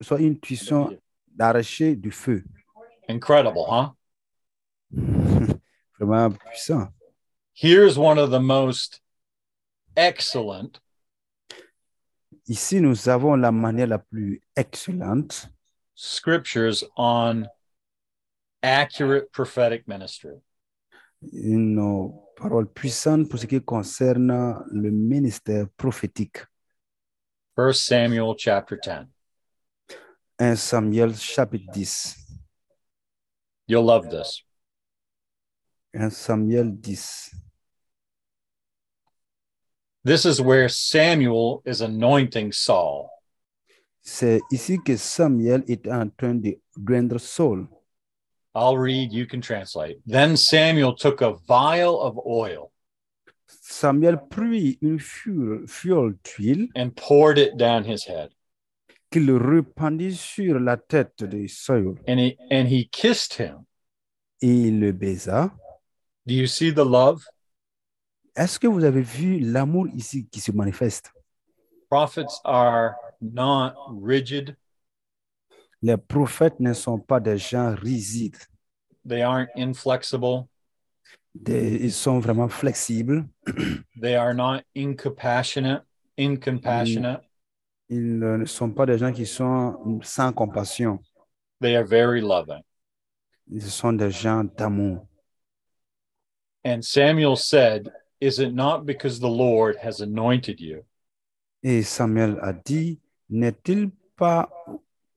soit une cuisson d'arracher du feu. Incredible, huh? Vraiment puissant. Here's one of the most excellent Ici, nous avons la manière la plus excellente scriptures on accurate prophetic ministry. une euh, parole puissante pour ce qui concerne le ministère prophétique. 1 Samuel chapter 10. 1 Samuel chapitre 10. You'll love this. 1 Samuel 10. This is where Samuel is anointing Saul. C'est ici que Samuel est en train de joindre Saul. I'll read, you can translate. Then Samuel took a vial of oil Samuel prit une fiole, fiole d'huile and poured it down his head. qu'il répandit sur la tête de Saül And he and he kissed him. et il le baisa. Do you see the love? Est-ce que vous avez vu l'amour ici qui se manifeste? Prophets are not rigid. Les prophètes ne sont pas des gens rigides. They aren't inflexible. Des- ils sont vraiment flexibles. They are not incompassionate, incompassionate. Ils ne sont pas des gens qui sont sans compassion. They are very loving. Ils sont des gens d'amour. And Samuel said, Is it not because the Lord has anointed you? Et Samuel a dit, n'est-il pas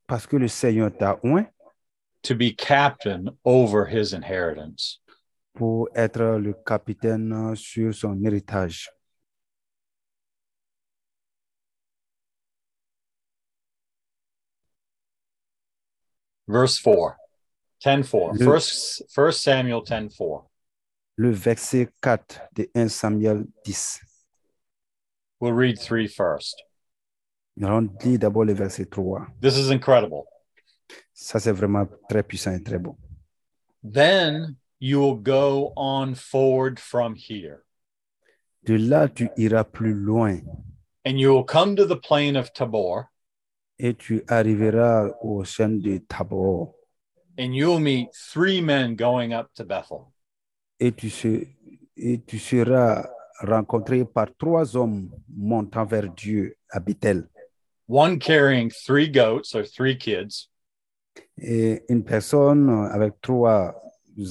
parce que le Seigneur t'a oint to be captain over his inheritance. pour être le capitaine sur son héritage? Verse 4, 10 4. Yeah. First, first Samuel 10 4. Le verset 4 de 1 Samuel 10. We'll read 3 first. Nous allons lire d'abord le verset 3. This is incredible. Ça, c'est vraiment très puissant et très bon. Then you will go on forward from here, De là, tu iras plus loin and you will come to the plain of Tabor, et tu arriveras au sein de Tabor and you will meet three men going up to Bethel. et tu, se- et tu seras rencontré par trois hommes montant vers Dieu à Bethel. One carrying three goats or three kids, Et une personne avec trois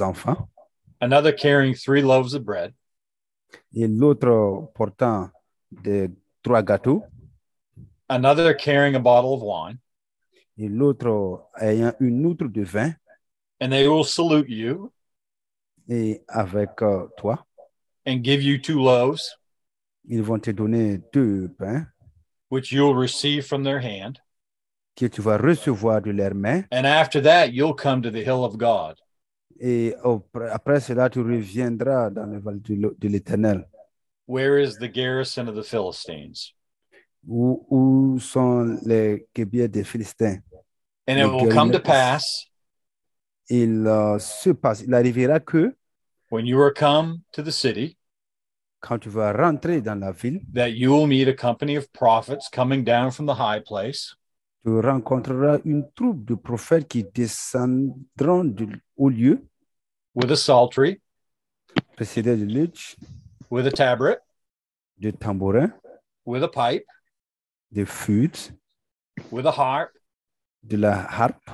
enfants another carrying three loaves of bread, et l'autre portant des trois gâteaux another carrying a bottle of wine, et l'autre ayant une outre de vin and they will salute you et avec euh, toi. and give you two loaves. Ils vont te donner deux pains which you'll receive from their hand. que tu vas recevoir de leurs mains. And after that, you'll come to the hill of God. Et après, après cela, tu reviendras dans le val de l'O- de l'Éternel, Where is the garrison of the Philistines? où, où sont les guerriers des Philistins. And it The will come to garrison. pass Il euh, se passe, il arrivera que when you are come to the city quand tu vas rentrer dans la ville, that you will meet a company of prophets coming down from the high place, tu rencontreras une troupe de prophètes qui descendront du- au lieu with a psaltery, précédé de luth, with a tabret, de tambourins, with a pipe, de flûtes, with a harp, de la harpe,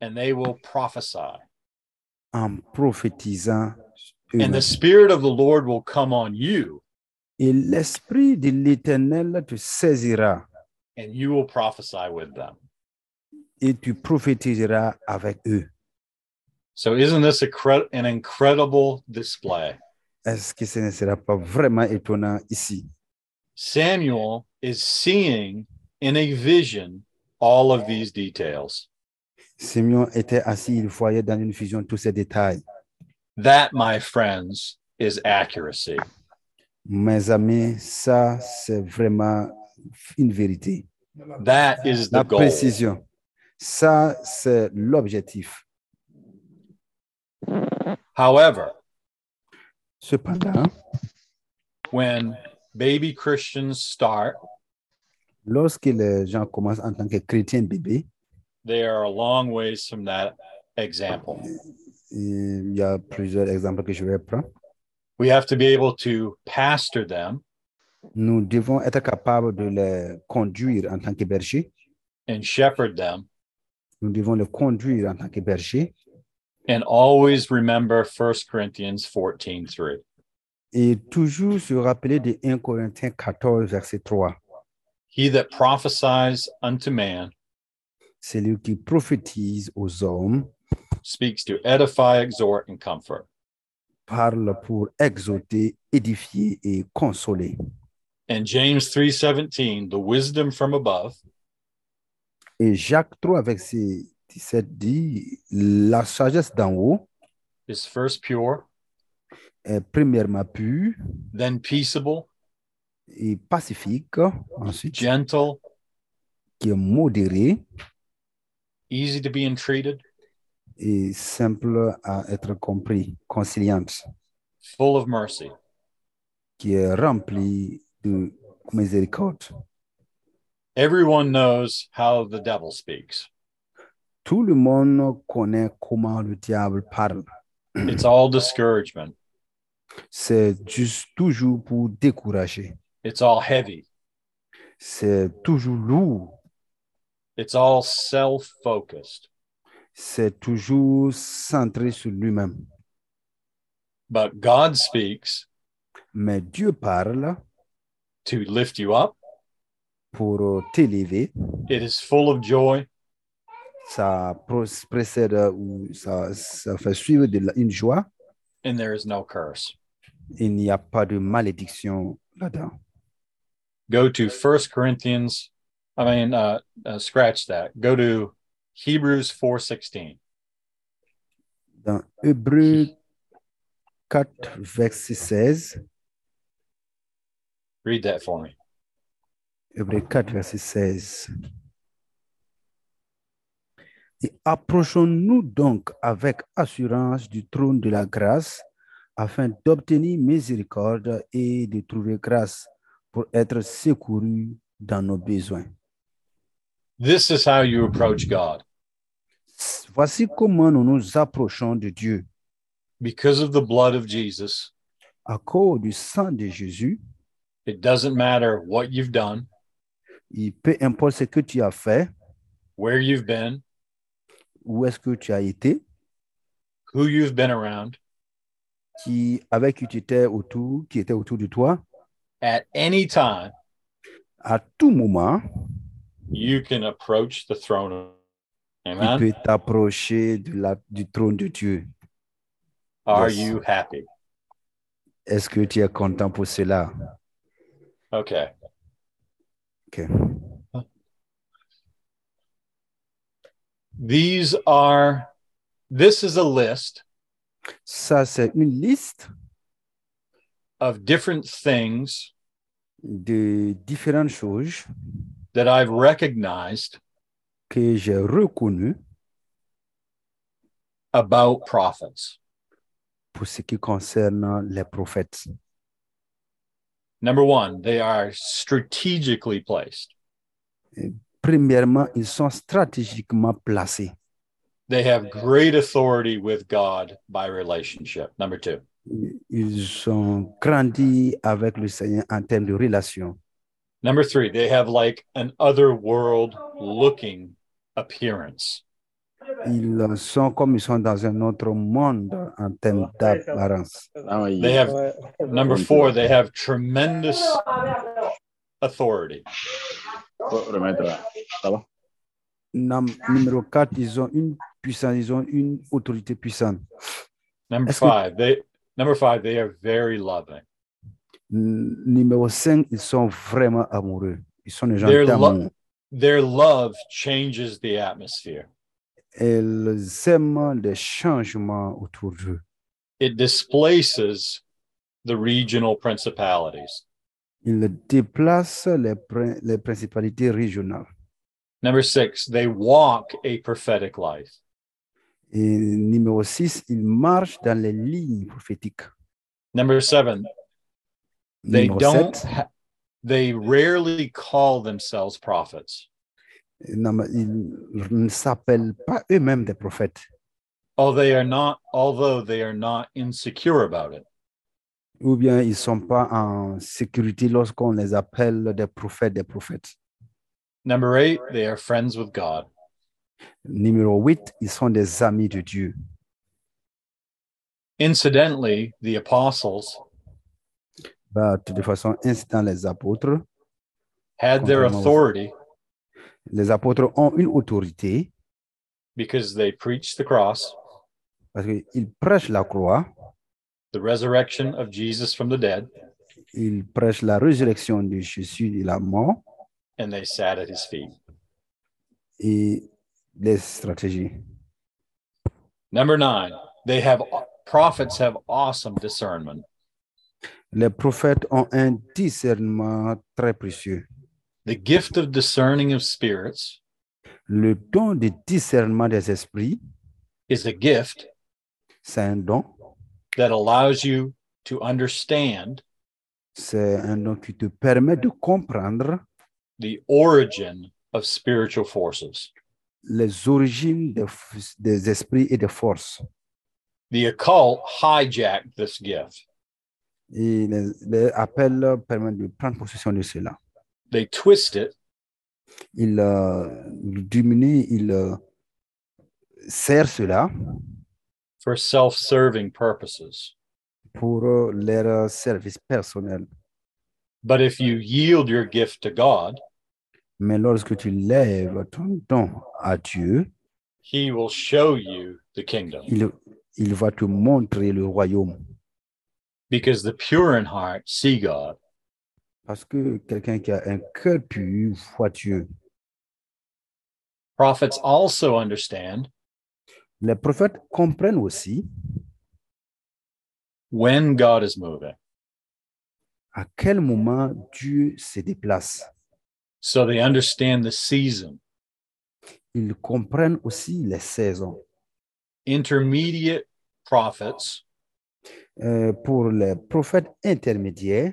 and they will prophesy. en prophétisant. And eux-mêmes. the Spirit of the Lord will come on you, Et l'Esprit de l'Éternel te saisira. and you will prophesy with them. et tu prophétiseras avec eux. So, isn't this a cre- an incredible display? Est-ce que ce ne sera pas vraiment étonnant ici? Samuel is seeing in a vision all of these details. Simeon était assis, il voyait dans une vision tous ces détails. That, my friends, is accuracy. Mes amis, ça, c'est vraiment une vérité. That is the La goal. précision, ça, c'est l'objectif. However, Cependant, when baby Christians start Lorsque les gens commencent en tant que chrétiens bébés, They are a long ways from that example. il y a plusieurs exemples que je vais prendre. We have to be able to pastor them Nous devons être capables de les conduire en tant que bergers. and shepherd them Nous devons les conduire en tant que bergers and always remember 1 Corinthians 14 3. et toujours se rappeler de 1 Corinthiens 14, verset 3. He that prophesies unto man Celui qui prophétise aux hommes speaks to edify, exhort, and comfort. parle pour exhorter, édifier et consoler. And James 3:17, the wisdom from above Et Jacques 3, verset 17 dit, la sagesse d'en haut is first pure, est premièrement pure then peaceable, et pacifique, ensuite gentle, qui est modérée easy to be entreated, et simple à être compris, conciliante, full of mercy. qui est remplie de miséricorde. Everyone knows how the devil speaks. Tout le monde connaît comment le diable parle. It's all discouragement. C'est juste toujours pour décourager. It's all heavy. C'est toujours lourd. It's all self-focused. C'est toujours centré sur lui-même. But God speaks Mais Dieu parle to lift you up. pour t'élever. It is full of joy. Ça pros- précède ou ça, ça fait suivre de la- une joie. and there is no curse. Il n'y a pas de malédiction là-dedans. Go to First Corinthians. I mean, uh, uh, scratch that. Go to Hebrews four sixteen. Dans Hébreu 4, verset 16, Read that for me. Hébreu 4, verset 16. Et approchons-nous donc avec assurance du trône de la grâce afin d'obtenir miséricorde et de trouver grâce pour être secourus dans nos besoins. This is how you approach God Voici comment nous nous approchons de Dieu. because of the blood of Jesus. À cause du sang de Jésus, It doesn't matter what you've done, il peu importe ce que tu as fait, where you've been, où est-ce que tu as été, who you've been around. qui, avec qui tu étais autour, qui était autour de toi, At any time, à tout moment, you can approach the throne. of il Amen. peut t'approcher de la- du trône de Dieu. Are Yes. you happy? Est-ce que tu es content pour cela? Okay. Ok. These are. This is a list Ça, c'est une liste of different things de différentes choses that I've recognized que j'ai reconnues about prophets. pour ce qui concerne les prophètes. Number one, they are strategically placed. Premièrement, ils sont stratégiquement placés. They have great authority with God by relationship. Number two, Ils ont grandi avec le Seigneur en termes de relation. number three, they have like an otherworld looking appearance. Ils sont comme ils sont dans un autre monde en termes d'apparence. They have number four, they have tremendous authority. Nam- numéro 4, ils ont une puissance, ils ont une autorité puissante. Number Est-ce que- five, they number five, they are very loving. N- Numéro 5, ils sont vraiment amoureux. Ils sont des gens They're d'amour. Their love changes the atmosphere. Ils aiment les changements autour d'eux. It displaces the regional principalities. Ils déplacent les, prin- les principalités régionales. Number six, they walk a prophetic life. Et numéro 6, ils marchent dans les lignes prophétiques. Number seven, they Numéro don't 7, ha- They rarely call themselves prophets. Non, mais ils ne s'appellent pas eux-mêmes des prophètes, Oh, they are not, although they are not insecure about it. ou bien ils ne sont pas en sécurité lorsqu'on les appelle des prophètes des prophètes. Number eight, they are friends with God. Numéro 8, ils sont des amis de Dieu. Incidentally, the apostles Bah, de façon incidente, les apôtres, had their Compromise. authority les apôtres ont une autorité because they preached the cross, parce qu'ils prêchent la croix, the resurrection of Jesus from the dead, ils prêchent la résurrection de Jésus et la mort and they sat at his feet. et les stratégies. Number nine, they have prophets have awesome discernment. Les prophètes ont un discernement très précieux. The gift of discerning of spirits Le don de discernement des esprits, is a gift c'est un don. that allows you to understand C'est un don qui te permet de comprendre the origin of spiritual forces. les origines des, f- des esprits et des forces. The occult hijacked this gift. Et les, les appels permettent de prendre possession de cela. They twist it Il euh, diminue, il euh, sert cela for self-serving purposes. pour euh, leur service personnel. But if you yield your gift to God, Mais lorsque tu lèves ton don à Dieu, he will show you the kingdom il, il va te montrer le royaume. because the pure in heart see God. Parce que quelqu'un qui a un cœur pur voit Dieu. Prophets also understand Les prophètes comprennent aussi when God is moving. à quel moment Dieu se déplace. So they understand the season, Ils comprennent aussi les saisons. intermediate prophets Euh, pour les prophètes intermédiaires,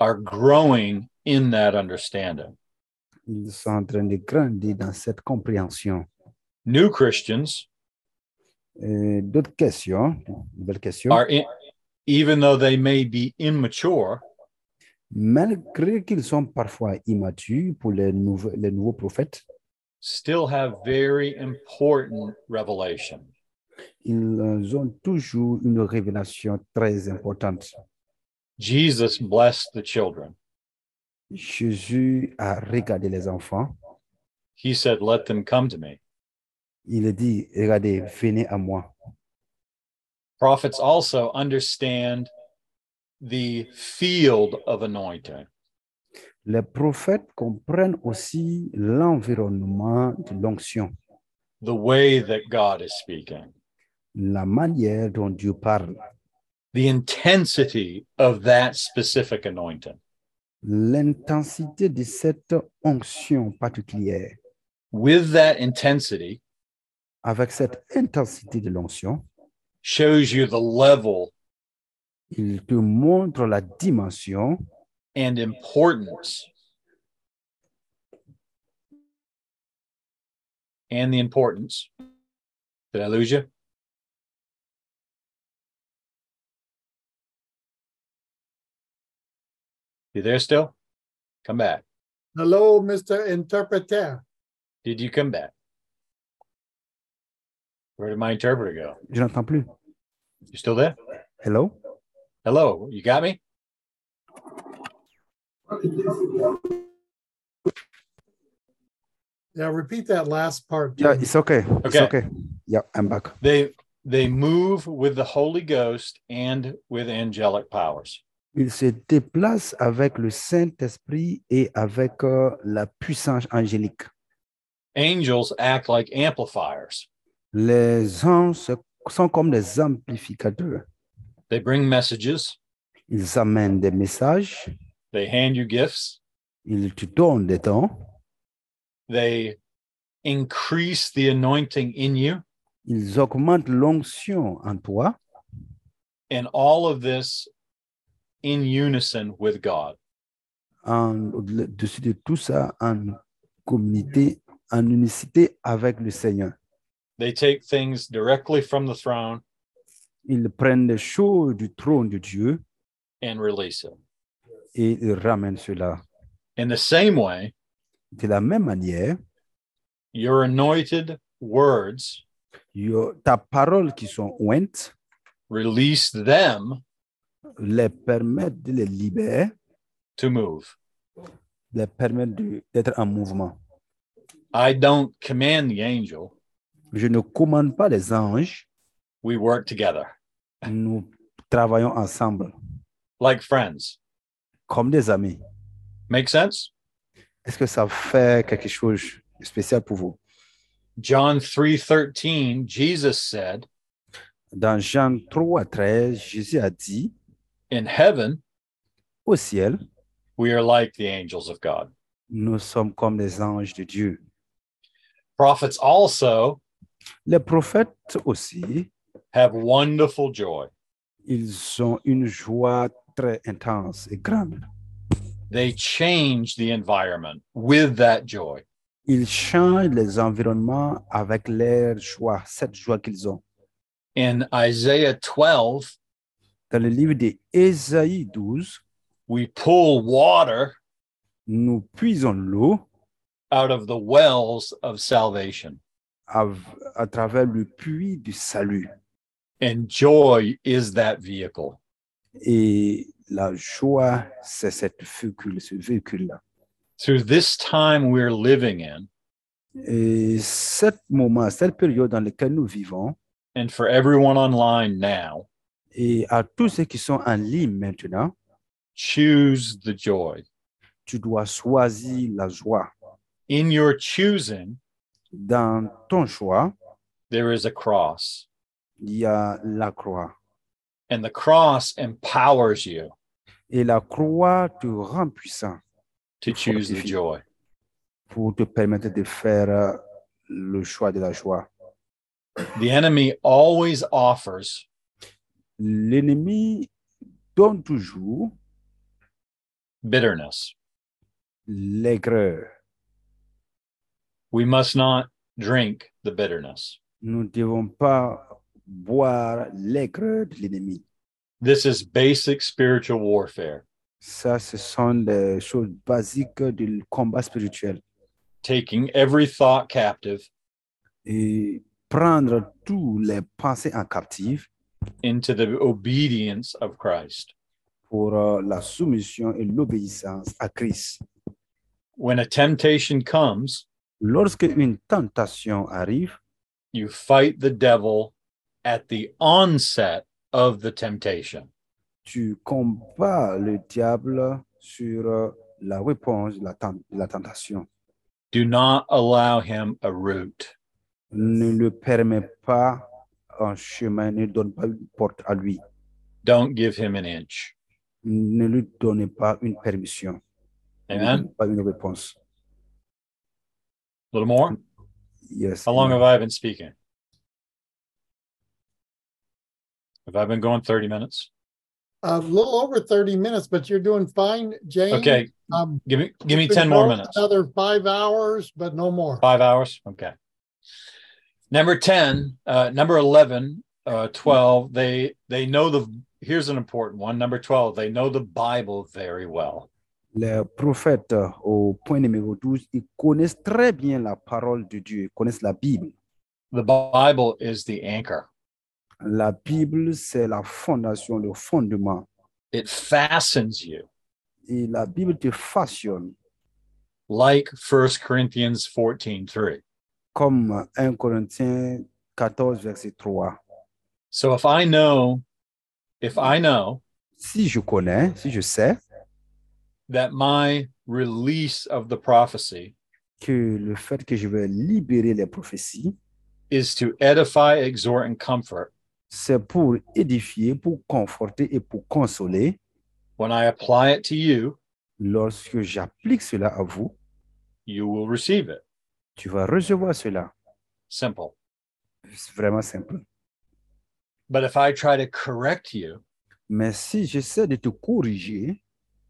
are growing in that understanding. ils sont en train de grandir dans cette compréhension. New Christians Euh, D'autres questions, nouvelles questions. are, in, even though they may be immature, Malgré qu'ils sont parfois immatures pour les, nouve- les nouveaux prophètes, still have very important revelation. ils ont toujours une révélation très importante. Jesus blessed the children. Jésus a regardé les enfants. He said, Let them come to me. Il a dit, regardez, venez à moi. prophets also understand the field of anointing. Les prophètes comprennent aussi l'environnement de l'onction, The way that God is speaking, la manière dont Dieu parle, the intensity of that specific anointing. l'intensité de cette onction particulière. With that intensity, Avec cette intensité de l'onction, shows you the level il te montre la dimension and importance and the importance. Did I lose you? You there still? Come back. Hello, Mr. Interpreter. Did you come back? Where did my interpreter go? Je n'entends plus. You still there? Hello? Hello, you got me? Yeah, repeat that last part. Yeah, please. it's okay. It's Okay. okay. Yeah, I'm back. They they move with the Holy Ghost and with angelic powers. Il se déplace avec le Saint-Esprit et avec euh, la puissance angélique. angels act like amplifiers. Les anges se- sont comme des amplificateurs. They bring messages, Ils amènent des messages, they hand you gifts, ils te donnent des dons, they increase the anointing in you. ils augmentent l'onction en toi And all of this in unison with God. en- au-dessus de tout ça, en communauté, en unicité avec le Seigneur. They take things directly from the throne Ils prennent les choses du trône de Dieu and release it. et ils ramènent cela. In the same way, De la même manière, your anointed words yo- ta parole qui sont ointes release them les permet de les libérer, to move. les permet de- d'être en mouvement. I don't command the angel. Je ne commande pas les anges, We work together nous travaillons ensemble like friends. comme des amis. Make sense? Est-ce que ça fait quelque chose de spécial pour vous? John 3:13, Jesus said, Dans Jean 3, 13, Jésus a dit, "In heaven, au ciel, we are like the angels of God." nous sommes comme les anges de Dieu. Prophets also Les prophètes aussi, have wonderful joy. ils ont une joie très intense et grande. They change the environment with that joy. Ils changent les environnements avec leur joie, cette joie qu'ils ont. In Isaiah 12, Dans le livre d'Ésaïe 12, we pull water nous puisons l'eau out of the wells of salvation, à, à travers le puits du salut. and joy is that vehicle. Et la joie, c'est cette véhicule, ce véhicule-là. Through this time we're living in, Et ce moment, cette période dans laquelle nous vivons, and for everyone online now, et à tous ceux qui sont en ligne maintenant, choose the joy. tu dois choisir la joie. In your choosing, Dans ton choix, there is a cross, il y a la croix. and the cross empowers you Et la croix te rend puissant to choose the joy. pour te permettre de faire euh, le choix de la joie. The enemy always offers L'ennemi donne toujours bitterness. l'aigreur. We must not drink the bitterness. Nous ne devons pas boire l'aigreur de l'ennemi. This is basic spiritual warfare, Ça, ce sont des choses basiques du combat spirituel. taking every thought captive Et prendre toutes les pensées en captive into the obedience of Christ. pour euh, la soumission et l'obéissance à Christ. When a temptation comes, Lorsque une tentation arrive, you fight the devil at the onset of the temptation. tu combats le diable sur euh, la réponse de la, ten- de la tentation. Do not allow him a root. Ne le permet pas un chemin, ne donne pas une porte à lui. Don't give him an inch. Ne lui donne pas une permission, ne lui Amen. donne pas une réponse. A little more. Yes. How long have I been speaking? Have I been going 30 minutes? A little over thirty minutes, but you're doing fine, James. Okay, Um, give me give me you can 10 more go minutes. Another five hours, but no more. 5 hours. Okay. Number 10, uh number 11, uh 12, they they know the here's an important one. Number 12, they know the Bible very well. Les prophètes, euh, au point numéro 12, ils connaissent très bien la parole de Dieu, ils connaissent la Bible. The Bible is the anchor. La Bible, c'est la fondation, le fondement. It fastens you Et la Bible te façonne, like 1 Corinthians 14:3. comme 1 Corinthiens 14, verset 3. So if I know if I know Si je connais, si je sais that my release of the prophecy que le fait que je vais libérer les prophéties, is to edify, exhort, and comfort c'est pour édifier, pour conforter et pour consoler. when I apply it to you, Lorsque j'applique cela à vous, you will receive it. tu vas recevoir cela. Simple. C'est vraiment simple. But if I try to correct you Mais si j'essaie de te corriger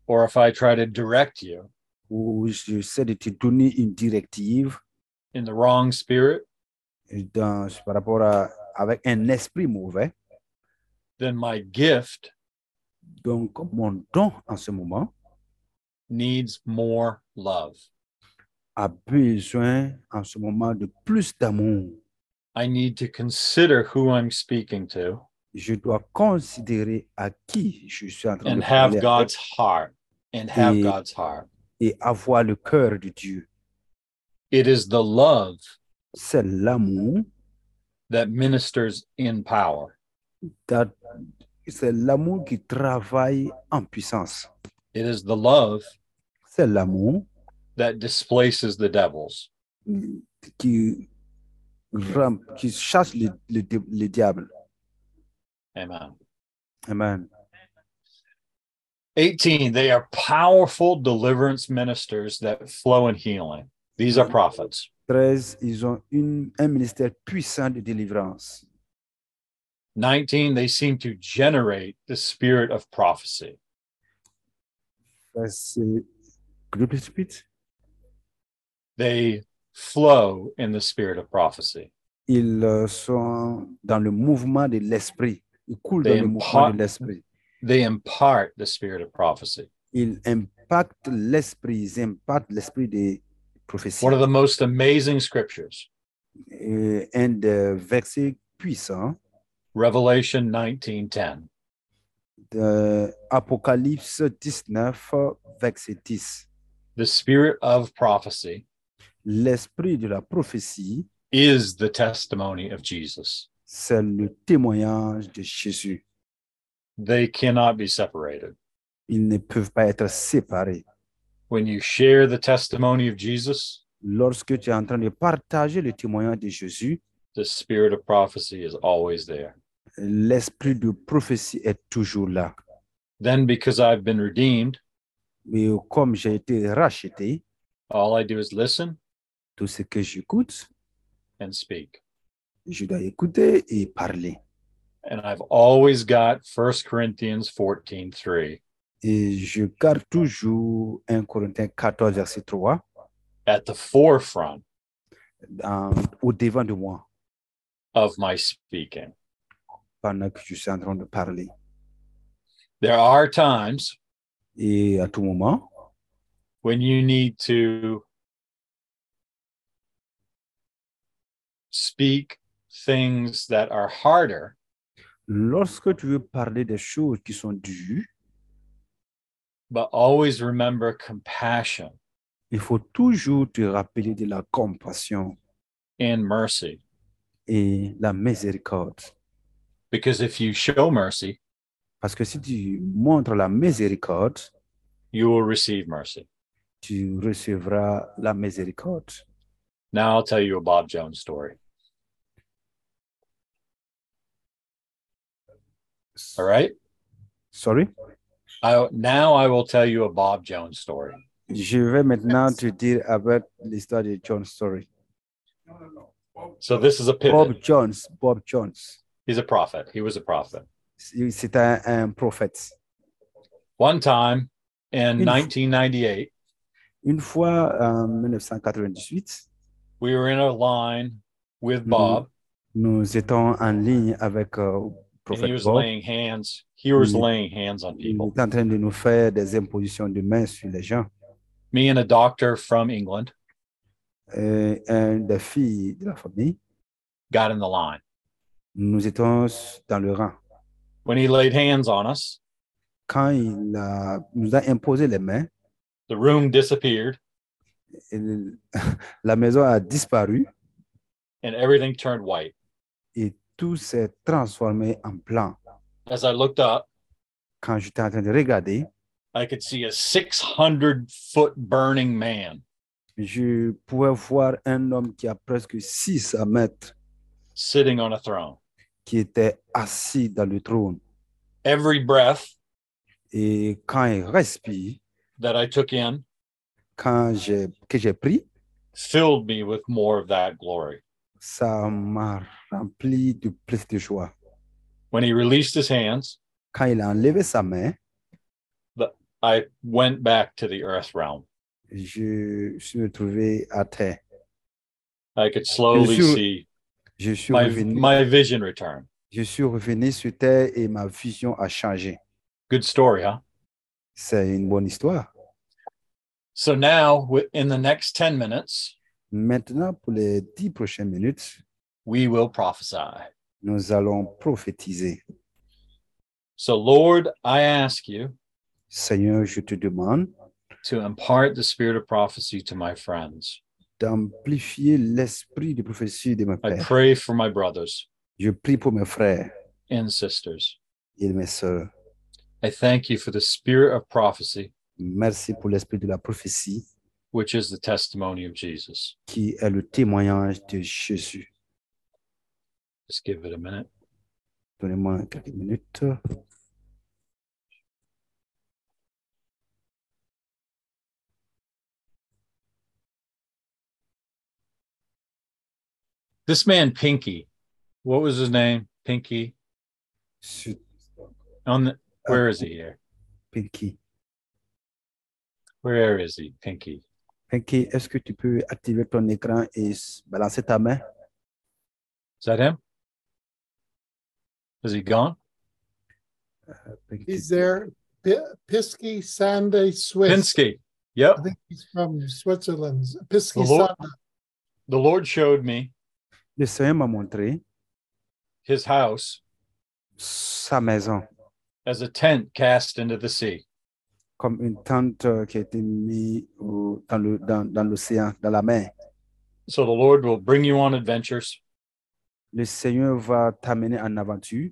or if I try to direct you ou j'essaie de te donner une directive in the wrong spirit, dans- par rapport à, avec un esprit mauvais, then my gift donc mon don en ce moment needs more love. a besoin en ce moment de plus d'amour. I need to consider who I'm speaking to Je dois considérer à qui je suis en train and de parler have God's heart and have Yeah. God's heart. et avoir le cœur de Dieu. It is the love C'est l'amour, that ministers in power. that- c'est l'amour qui travaille en puissance. It is the love C'est l'amour that displaces the devils. qui, rampe, qui chasse le, le, di- le diable. Amen. Amen. 18. They are powerful deliverance ministers that flow in healing. These are prophets. 13, ils ont une- un ministère puissant de délivrance. 19. They seem to generate the spirit of prophecy. Verset- Could you please repeat? They flow in the spirit of prophecy. Ils euh, sont dans le mouvement de l'esprit. Ils coulent dans They le mouvement impart- de l'esprit. They impart the spirit of prophecy. Ils impactent l'esprit. Ils impactent l'esprit des prophéties. One of the most amazing scriptures, Et un des versets puissants Revelation 19:10. de euh, Apocalypse 19, verset 10. The spirit of prophecy L'esprit de la prophétie, is the testimony of Jesus. c'est le témoignage de Jésus. They cannot be separated. Ils ne peuvent pas être séparés. When you share the testimony of Jesus, lorsque tu es en train de partager le témoignage de Jésus, the spirit of prophecy is always there. l'esprit de prophétie est toujours là. Then, because I've been redeemed, Mais comme j'ai été racheté, all I do is listen tout ce que j'écoute, and speak. je dois écouter et parler. And I've always got 1 Corinthians 14 3 Et je garde toujours 1 Corinthiens 14, verset 3 at the forefront dans- au devant de moi of my speaking. pendant que je suis en train de parler. There are times Et à tout moment, when you need to speak things that are harder lorsque tu veux parler des choses qui sont dues, but always remember compassion il faut toujours te rappeler de la compassion and mercy. et la miséricorde. Because if you show mercy, Parce que si tu montres la miséricorde, you will receive mercy. tu recevras la miséricorde. Now I'll tell you a Bob Jones story. All right. Sorry. I, now I will tell you a Bob Jones story. Je vais maintenant te dire avec l'histoire de John Story. So this is a Bob pivot. Jones, Bob Jones, He's a prophet. He was a prophet. c'est un, un prophète. One time in Beautiful. 1998, Une fois en 1998, we were in a line with Mhm. Bob, nous étions en ligne avec euh, le and he prophète was Bob. laying hands. He was Mhm. laying hands on Il people. est en train de nous faire des impositions de mains sur les gens. Me and a doctor from England Euh, un des filles de la famille, got in the line. nous étions dans le rang. When he laid hands on us, quand il a- nous a imposé les mains, the room disappeared il- la maison a disparu and everything turned white. et tout s'est transformé en blanc. As I looked up, Quand j'étais en train de regarder, I could see a 600 foot burning man je pouvais voir un homme qui a presque 600 mètres, sitting on a throne. qui était assis dans le trône. Every breath Et quand il respire, that I took in quand j'ai, que j'ai pris, filled me with more of that glory. ça m'a rempli de plus de joie. When he released his hands, Quand il a enlevé sa main, I went back to the earth realm. Je suis retrouvé à terre. I could slowly Monsieur- see Je suis, my, revenu, my vision return. je suis revenu sur terre et ma vision a changé. Good story, huh? C'est une bonne histoire. So now, wi- in the next 10 minutes, Maintenant, pour les dix prochaines minutes, we will prophesy. nous allons prophétiser. So, Lord, I ask you Seigneur, je te demande to impart the spirit of prophecy to my friends. d'amplifier l'esprit de prophétie de mes I frères. pray for my brothers Je prie pour mes frères and sisters. et mes sœurs. I thank you for the spirit of prophecy, Merci pour l'esprit de la prophétie which is the testimony of Jesus. qui est le témoignage de Jésus. Just give it a minute. Donnez-moi quelques minutes. This man, Pinky, what was his name? Pinky. Sur On the, where is he here? Pinky. Where is he? Pinky. Pinky, est-ce que tu peux activer ton écran et s- balancer ta main? Is that him? Is he gone? Pinky. He's there. P- Pisky Sande Swiss. Pinsky. Yep. I think he's from Switzerland. Pisky Hello? Sande. The Lord showed me Le Seigneur m'a montré his house sa maison as a tent cast into the sea. comme une tente euh, qui a été mise au- dans le- dans- dans l'océan, dans la mer. So the Lord will bring you on adventures Le Seigneur va t'amener en aventure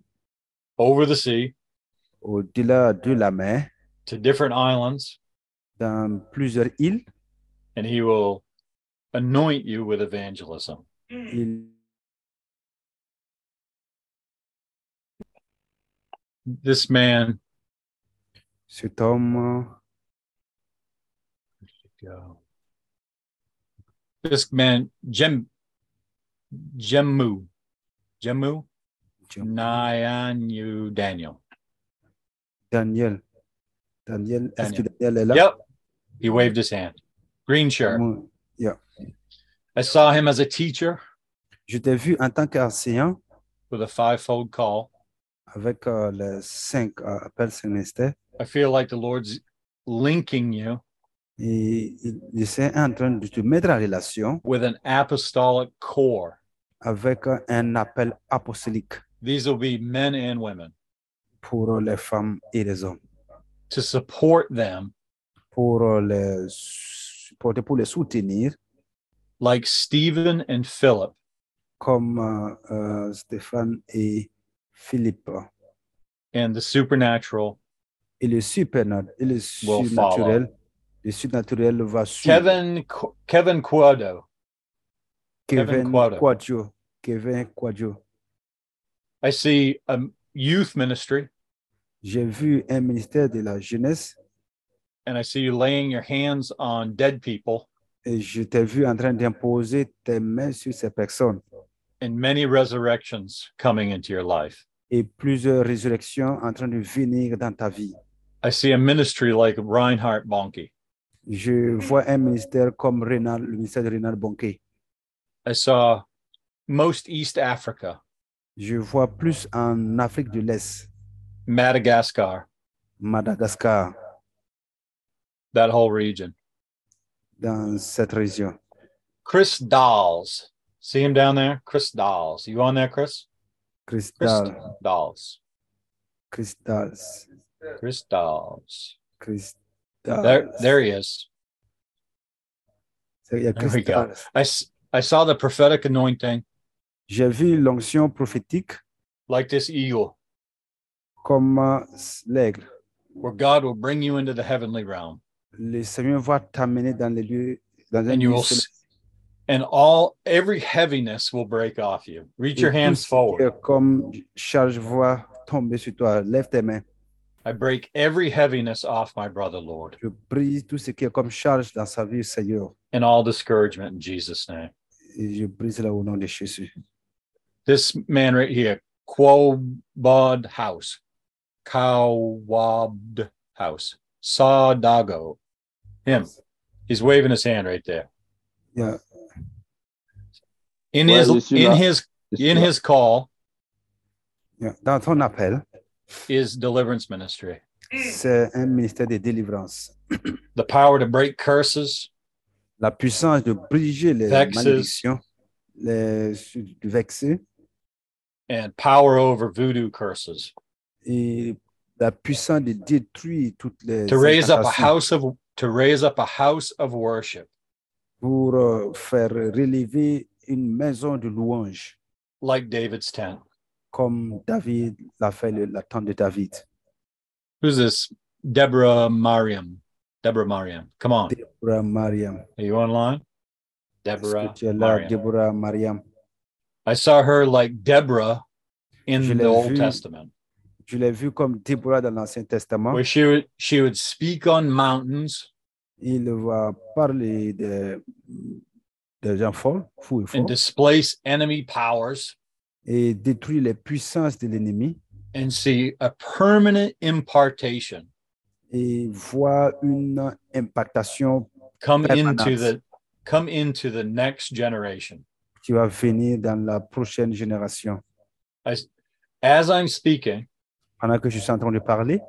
over the sea au-delà de la mer, to different islands, dans plusieurs îles. and he will anoint you with evangelism. Il This man, Cet homme, this man, Jem, Jemu, Jemu, Dieu, Nayanu Daniel. Daniel. Daniel, est-ce que Daniel. Daniel est là? Yep. He waved his hand. Green shirt. Moi, I saw him as a teacher Je t'ai vu en tant qu'enseignant with a fivefold call. avec euh, les cinq euh, appels semestriels I feel like the Lord's linking you et il, il est en train de te mettre en relation with an apostolic core. avec euh, un appel apostolique These will be men and women pour euh, les femmes et les hommes, to support them pour euh, les supporter, pour les soutenir, like Stephen and Philip comme euh, euh, Stéphane et Philippe. and the supernatural. Et le supernat- et le follow. surnaturel, le surnaturel va suivre. Kevin Qu- Kevin Cuodo. Kevin Kevin Quadro. Quadjo. Kevin Quadjo. I see a youth ministry J'ai vu un ministère de la jeunesse and I see you laying your hands on dead people et je t'ai vu en train d'imposer tes mains sur ces personnes and many resurrections coming into your life. et plusieurs résurrections en train de venir dans ta vie. I see a ministry like Reinhard Bonnke. Je vois un ministère comme Rénal, le ministère de Rénal Bonquet. I saw most East Africa, Je vois plus en Afrique de l'Est, Madagascar, Madagascar, that whole region. dans cette région. Chris Dawes. See him down there? Chris Dawes. You on there, Chris? Chris Cristal, Dawes. cristal, Chris Dawes. cristal. There, there he is. Il y a There we cristal. I, s- I saw the prophetic anointing J'ai vu l'onction prophétique like this eagle, comme euh, l'aigle. where God will bring you into the heavenly realm, le Seigneur va t'amener dans les lieux, dans un and you lieu will, céleste. s- and all every heaviness will break off you. Reach your Et tout hands ce forward. que Comme charge va tomber sur toi. Lève tes mains. I break every heaviness off my brother, Lord, Je brise tout ce qui est comme charge dans sa vie, Seigneur. and all discouragement in Jesus' name. Et je brise là au nom de Jésus. This man right here, Quobod House, Cowabd House. Sadago. Him. He's waving his hand right there. Yeah. In his Ouais, il est in celui-là. his in his call Yeah. Dans son appel, is deliverance ministry. c'est un ministère de délivrance. The power to break curses, La puissance de briser les Vexes. malédictions, les su- du vexé and power over voodoo curses. et la puissance de détruire toutes les To raise up a incantations house of to raise up a house of worship pour euh, faire relever une maison de louange like David's tent. comme David l'a fait le- la tente de David. Who's this? Deborah Mariam. Deborah Mariam. Come on. Deborah Mariam. Are you online? Est-ce que Deborah. tu es là, Mariam. Deborah Mariam? I saw her like Deborah in Je the l'ai Old vue. Testament, Je l'ai vu comme Deborah dans l'Ancien Testament. where she would she would speak on mountains Il va parler de, de gens forts, fous et forts, and displace enemy powers et détruire les puissances de l'ennemi and see a permanent impartation et voir une impactation come Permanence. into the come into the next generation. qui va venir dans la prochaine génération. As I'm speaking, Pendant que je suis en train de parler,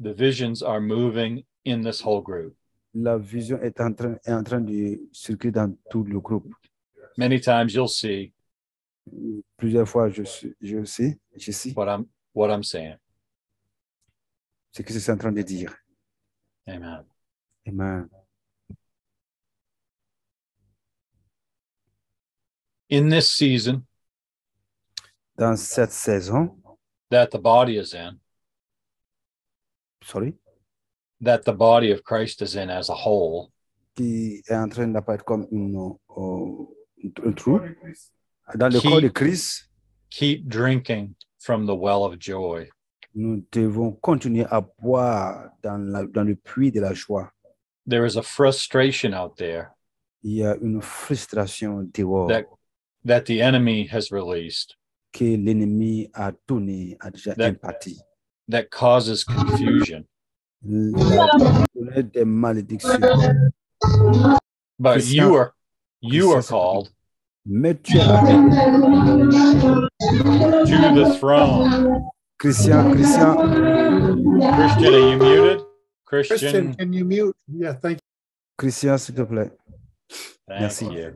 the visions are moving in this whole group. la vision est en train, est en train de circuler dans tout le groupe. Many times you'll see Plusieurs fois, je, suis- je sais, je sais what I'm what I'm saying. ce que je suis en train de dire. Eh ben, Amen. Amen. In this season Dans cette saison, that the body is in, sorry, that the body of Christ is in as a whole, qui est en train d'apparaître comme une, euh, un trou, dans le Qui- corps de Christ, keep drinking from the well of joy. nous devons continuer à boire dans, la- dans le puits de la joie. There is a frustration out there Il y a une frustration dehors That- that the enemy has released que l'ennemi a donné, a déjà that- imparti. that causes confusion. Il a donné des malédictions. But It's you not- are it's you are just- called Mais tu as, to the throne. Christian, Christian, Christian, are you muted? Christian, Christian, can you mute? Yeah, thank Christian, s'il te plaît. thank Merci. you.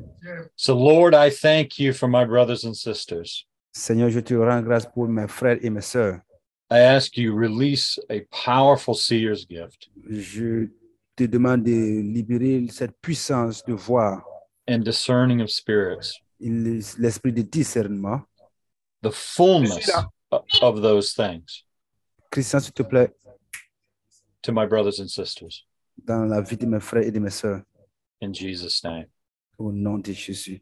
So, Lord, I thank you for my brothers and sisters. Seigneur, je te rends grâce pour mes frères et mes sœurs. I ask you release a powerful seer's gift Je te demande de libérer cette puissance de voir and discerning of spirits, il- l'esprit de discernement. the fullness o- of those things Christian, s'il te plaît, to my brothers and sisters dans la vie de mes frères et de mes sœurs, in Jesus' name. au nom de Jésus.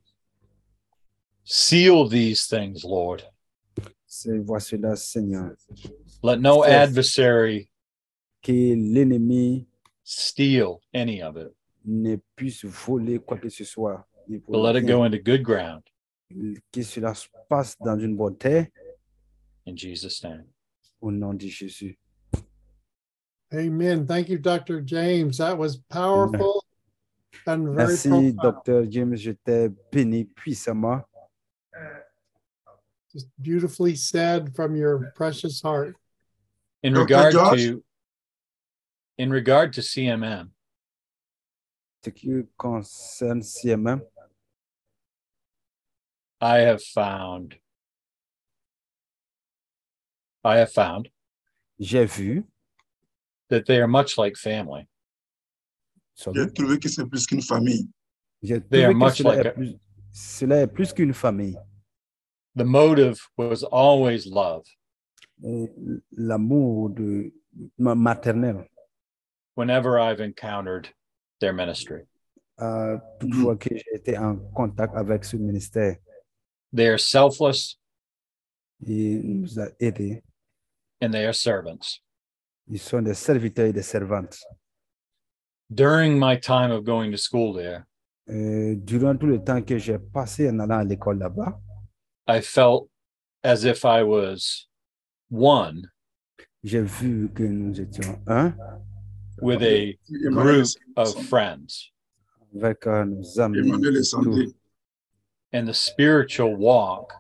Seal these things, Lord. C'est- Vois cela, Seigneur. Let no Yes. adversary Que l'ennemi steal any of it, ne puisse voler quoi que ce soit. ni but pour let it rien. go into good ground Que cela se passe dans une bonne terre, in Jesus' name. au nom de Jésus. you. Amen. Thank you, Dr. James. That was powerful and very Merci, profound. docteur James. Je t'ai béni puissamment. Just beautifully said from your precious heart. In Dr. regard Josh? to in regard to CMM, Ce qui concerne CMM, I have found I have found j'ai vu. that they are much like family. Salut. J'ai trouvé que c'est plus qu'une famille. J'ai They trouvé are que much cela, est like a- plus, cela est plus qu'une famille. The motive was always love. Et Euh, L'amour de ma- maternel, Whenever I've encountered their ministry, euh, toutefois que j'ai été en contact avec ce ministère, they are selfless il nous a aidés. and they are servants. Ils sont des serviteurs et des servantes. During my time of going to school there, Euh, durant tout le temps que j'ai passé en allant à l'école là-bas, I felt as if I was one j'ai vu que nous étions un with a Emmanuel group is of friends. avec euh, nos amis Emmanuel est et tout. santé. And the spiritual walk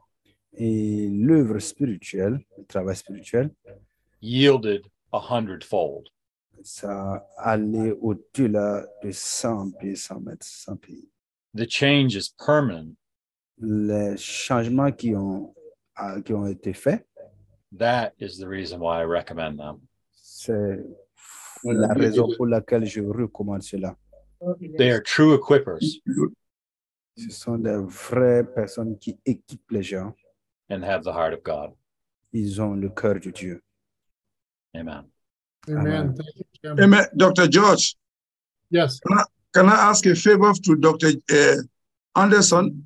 Et l'œuvre spirituelle, le travail spirituel, yielded a hundredfold. ça allait au-delà de 100 pieds, 100 mètres, 100 pieds. The change is permanent. Les changements qui ont, ah, qui ont été faits, That is the reason why I recommend them. c'est Voilà. la raison pour laquelle je recommande cela. They are true equippers Ce sont des vraies personnes qui équipent les gens. and have the heart of God. Ils ont le cœur de Dieu. Amen. Amen. Thank you, Jim. Amen. Dr. Eh, George, Yes, can I ask a favor to Dr. uh, Anderson?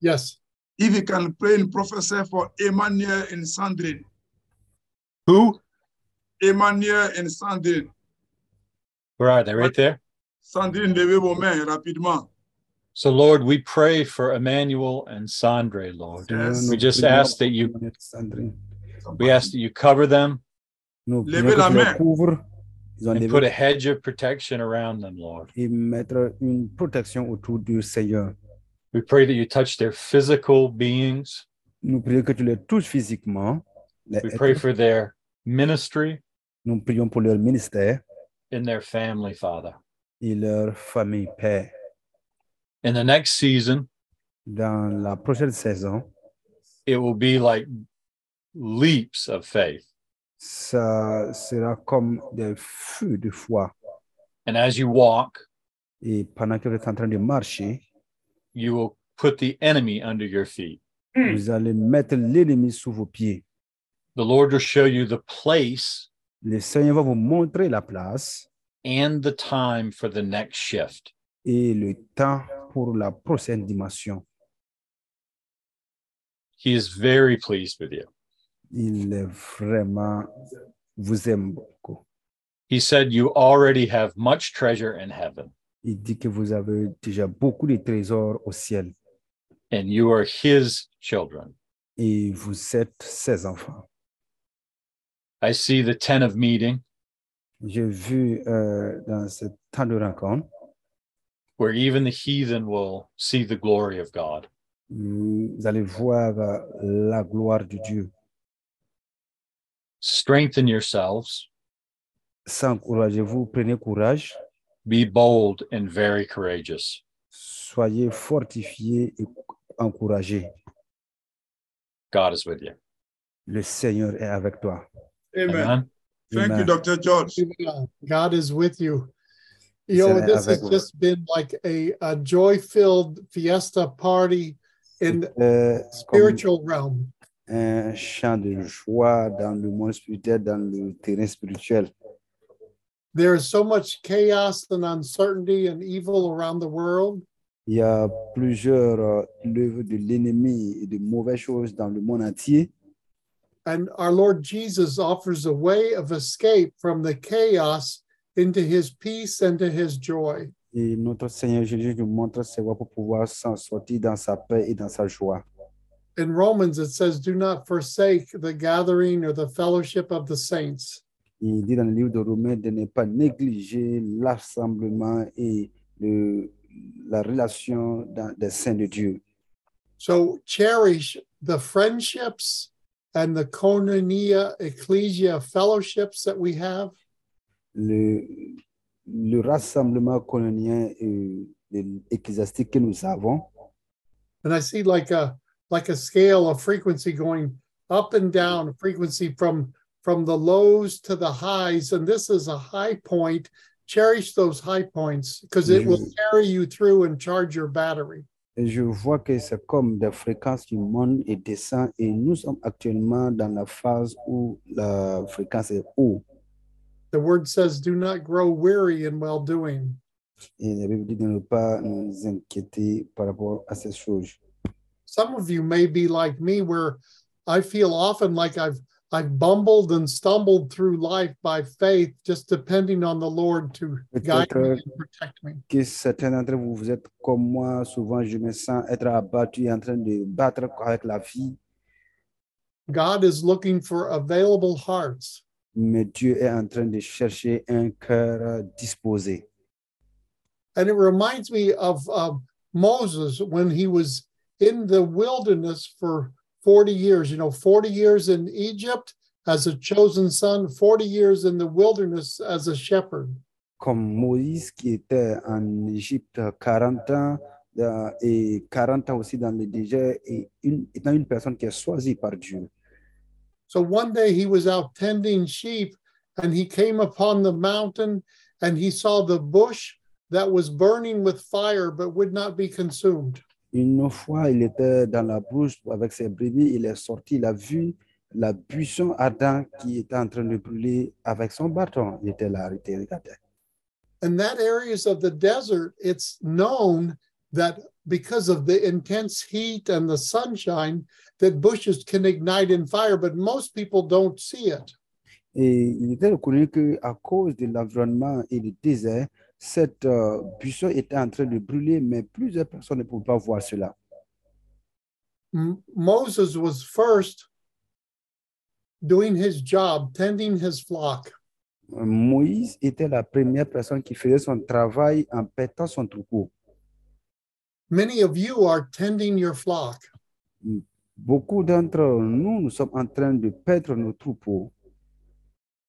yes. If you can pray in prophecy for Emmanuel in Sandrin. Who? Emmanuel in Sandrin. Where are they? Right there. Sandrine, levez-vos mains rapidement. So, Lord, we pray for Emmanuel and Sandre, Lord. Yes. We just ask that you Sandrine. we ask that you cover them Nous prions Levez que la tu main. les couvres. Ils ont and levé put a hedge of protection around them, Lord. et mettre une protection autour du Seigneur. We pray that you touch their physical beings. Nous prions que tu les touches physiquement. les We êtres. pray for their ministry Nous prions pour leur ministère and their family, Father. et leur famille, Père. In the next season, Dans la prochaine saison, it will be like leaps of faith. ça sera comme des feux de foi. And as you walk, Et pendant que vous êtes en train de marcher, you will put the enemy under your feet. vous allez mettre l'ennemi sous vos pieds. The Lord will show you the place Le Seigneur va vous montrer la place and the time for the next shift. et le temps pour la prochaine dimension. He is very pleased with you. Il est vraiment vous aime beaucoup. He said, You already have much treasure in heaven, Il dit que vous avez déjà beaucoup de trésors au ciel and you are His children. et vous êtes ses enfants. I see the tent of meeting J'ai vu euh, dans ce temps de rencontre where even the heathen will see the glory of God. vous allez voir euh, la gloire de Dieu. Strengthen yourselves, S'encouragez-vous, prenez courage, be bold and very courageous. soyez fortifiés et encouragés. God is with you. Le Seigneur est avec toi. Amen. Thank you, Amen. Dr. George. Yeah, God is with you. You know, Sir, this has avec- just been like a, a joy filled fiesta party in the Euh, comme spiritual realm. un chant de joie dans le monde spirituel, dans le terrain spirituel. There is so much chaos and uncertainty and evil around the world. Il y a plusieurs euh, œuvres de l'ennemi et de mauvaises choses dans le monde entier. And our Lord Jesus offers a way of escape from the chaos into his peace and to his joy. Et notre Seigneur Jésus nous montre ses voies pour pouvoir s'en sortir dans sa paix et dans sa joie. In Romans, it says, Do not forsake the gathering or the fellowship of the saints. Il dit dans le livre de Romains de ne pas négliger l'assemblement et le- la relation dans- des saints de Dieu. So cherish the friendships and the koinonia ecclesia fellowships that we have. Le, le rassemblement colonien et ecclésiastique que nous avons, And I see like a like a scale of frequency going up and down frequency from from the lows to the highs and this is a high point. Cherish those high points because it will Mhm. carry you through and charge your battery. Et je vois que c'est comme des fréquences qui montent et descendent et nous sommes actuellement dans la phase où la fréquence est haute. The word says do not grow weary in well doing. Et la Bible dit de ne pas nous inquiéter par rapport à ces choses. some of you may be like me where i feel often like i've i've bumbled and stumbled through life by faith just depending on the lord to guide Peut-être me and protect me que certains d'entre vous, vous êtes comme moi, souvent je me sens être abattu, en train de battre avec la vie. god is looking for available hearts mais Dieu est en train de chercher un cœur disposé. And it reminds me of um, Moses when he was in the wilderness for 40 years, you know, 40 years in Egypt as a chosen son, 40 years in the wilderness as a shepherd. comme Moïse qui était en Égypte 40 ans euh, et 40 ans aussi dans le désert et une, étant une personne qui est choisie par Dieu. So one day he was out tending sheep and he came upon the mountain and he saw the bush that was burning with fire but would not be consumed. Une fois, il était dans la brousse avec ses brebis, il est sorti, il a vu la buisson ardent qui était en train de brûler avec son bâton. Il était là, arrêté, regardez. And that areas of the desert, it's known that because of the intense heat and the sunshine, that bushes can ignite in fire, but most people don't see it. Et il était reconnu qu'à cause de l'environnement et du désert, cette euh, buisson était en train de brûler, mais plusieurs personnes ne pouvaient pas voir cela. M- Moses was first doing his job, tending his flock. Euh, Moïse était la première personne qui faisait son travail en pétant son troupeau. Many of you are tending your flock. Beaucoup d'entre nous, nous sommes en train de perdre nos troupeaux,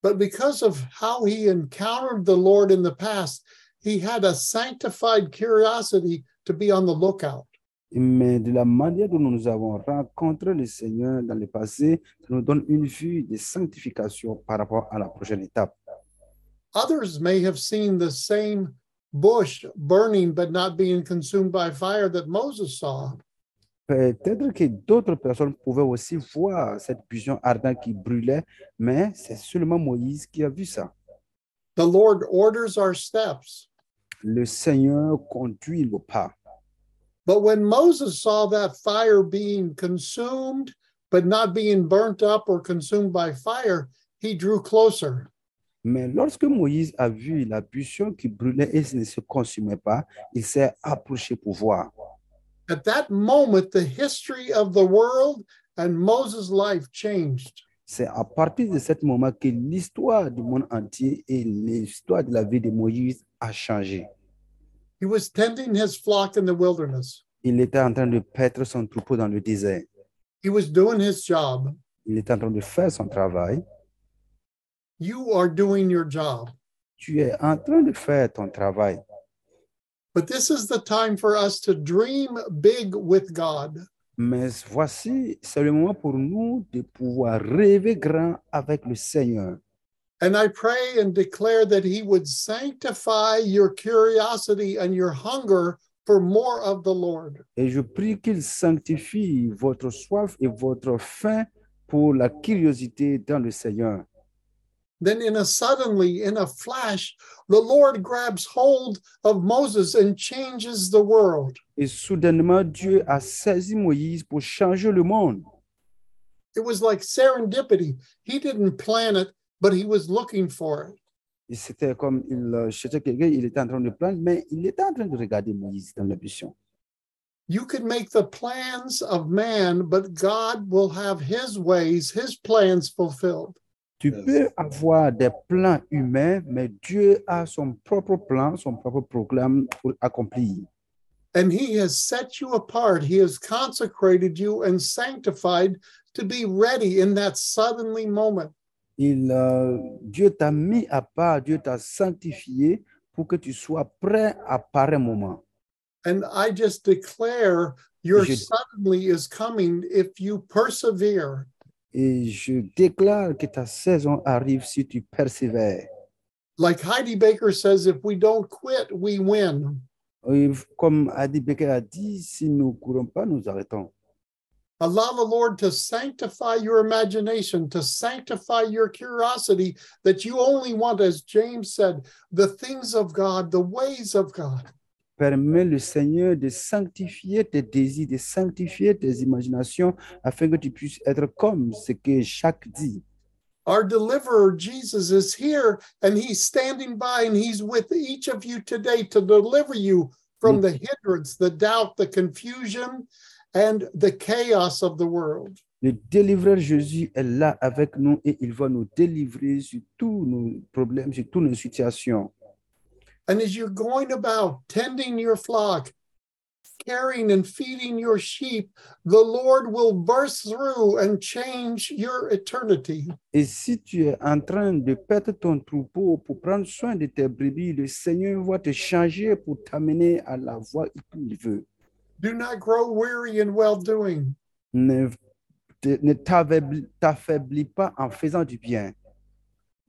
But because of how he encountered the Lord in the past, he had a sanctified curiosity to be on the lookout. mais de la manière dont nous nous avons rencontré le Seigneur dans le passé, ça nous donne une vue de sanctification par rapport à la prochaine étape. Others may have seen the same bush burning but not being consumed by fire that Moses saw. Peut-être que d'autres personnes pouvaient aussi voir cette buisson ardente qui brûlait, mais c'est seulement Moïse qui a vu ça. The Lord orders our steps. Le Seigneur conduit le pas. But when Moses saw that fire being consumed but not being burnt up or consumed by fire, he drew closer. Mais lorsque Moïse a vu la buisson qui brûlait et ne se consumait pas, il s'est approché pour voir. At that moment, the history of the world and Moses' life changed. C'est à partir de ce moment que l'histoire du monde entier et l'histoire de la vie de Moïse a changé. He was tending his flock in the wilderness. Il était en train de perdre son troupeau dans le désert. He was doing his job. Il était en train de faire son travail. You are doing your job. Tu es en train de faire ton travail. But this is the time for us to dream big with God. Mais voici, c'est le moment pour nous de pouvoir rêver grand avec le Seigneur. And I pray and declare that He would sanctify your curiosity and your hunger for more of the Lord. Et je prie qu'il sanctifie votre soif et votre faim pour la curiosité dans le Seigneur. Then, in a suddenly, in a flash, the Lord grabs hold of Moses and changes the world. Et soudainement, Dieu a saisi Moïse pour changer le monde. It was like serendipity. He didn't plan it, but He was looking for it. Et c'était comme il euh, cherchait quelqu'un, il était en train de prendre, mais il était en train de regarder Moïse dans la vision. You can make the plans of man, but God will have His ways, His plans fulfilled. Tu peux avoir des plans humains, mais Dieu a son propre plan, son propre programme pour accomplir. And he has set you apart. He has consecrated you and sanctified to be ready in that suddenly moment. Il, euh, Dieu t'a mis à part, Dieu t'a sanctifié pour que tu sois prêt à pareil moment. And I just declare your You should- suddenly is coming if you persevere. Et je déclare que ta saison arrive si tu persévères. Like Heidi Baker says, if we don't quit, we win. Et comme Adi Becker a dit, si nous ne courons pas, nous arrêtons. Allow the Lord to sanctify your imagination, to sanctify your curiosity, that you only want, as James said, the things of God, the ways of God. Permets le Seigneur de sanctifier tes désirs, de sanctifier tes imaginations, afin que tu puisses être comme ce que Jacques dit. Our deliverer, Jesus, is here and he's standing by and he's with each of you today to deliver you from the hindrance, the doubt, the confusion, and the chaos of the world. Le délivreur Jésus est là avec nous et il va nous délivrer sur tous nos problèmes, sur toutes nos situations. And as you're going about tending your flock, caring and feeding your sheep, the Lord will burst through and change your eternity. Et si tu es en train de perdre ton troupeau pour prendre soin de tes brebis, le Seigneur va te changer pour t'amener à la voie qu'il veut. Do not grow weary in well doing. Ne, te- ne t'affaiblis t'affaiblis pas en faisant du bien.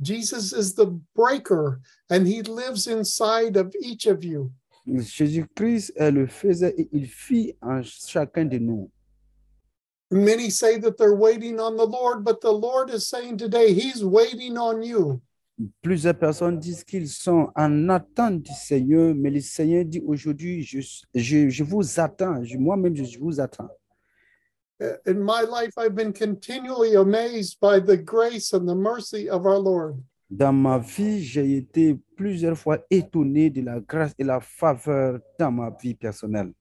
Jesus is the breaker, and he lives inside of each of you. Jésus-Christ est le faisait et il fit en chacun de nous. Many say that they're waiting on the Lord, but the Lord is saying today, He's waiting on you. Plusieurs personnes disent qu'ils sont en attente du Seigneur, mais le Seigneur dit aujourd'hui, je, je- je vous attends, Je- moi-même je vous attends. Uh, In my life, I've been continually amazed by the grace and the mercy of our Lord. Dans ma vie, j'ai été plusieurs fois étonné de la grâce et la faveur dans ma vie personnelle.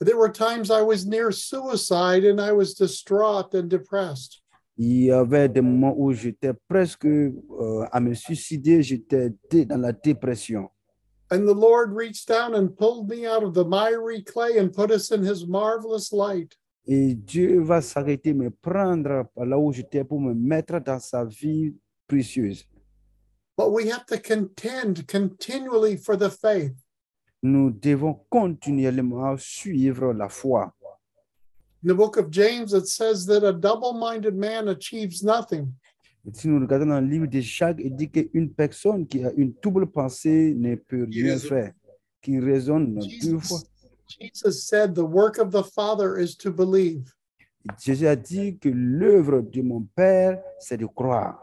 There were times I was near suicide and I was distraught and depressed. Il y avait des moments où j'étais presque euh, à me suicider, j'étais dé- dans la dépression. And the Lord reached down and pulled me out of the miry clay and put us in His marvelous light. Et Dieu va s'arrêter, me prendre par là où j'étais pour me mettre dans sa vie précieuse. But we have to contend continually for the faith. Nous devons continuellement suivre la foi. In the book of James, it says that a double minded man achieves nothing. Et si nous regardons dans le livre de Jacques, il dit qu'une personne qui a une double pensée ne peut Qui rien raisonne. faire, qui raisonne deux fois. Jesus, Jesus said, The work of the Father is to believe. Jésus a dit que l'œuvre de mon Père, c'est de croire.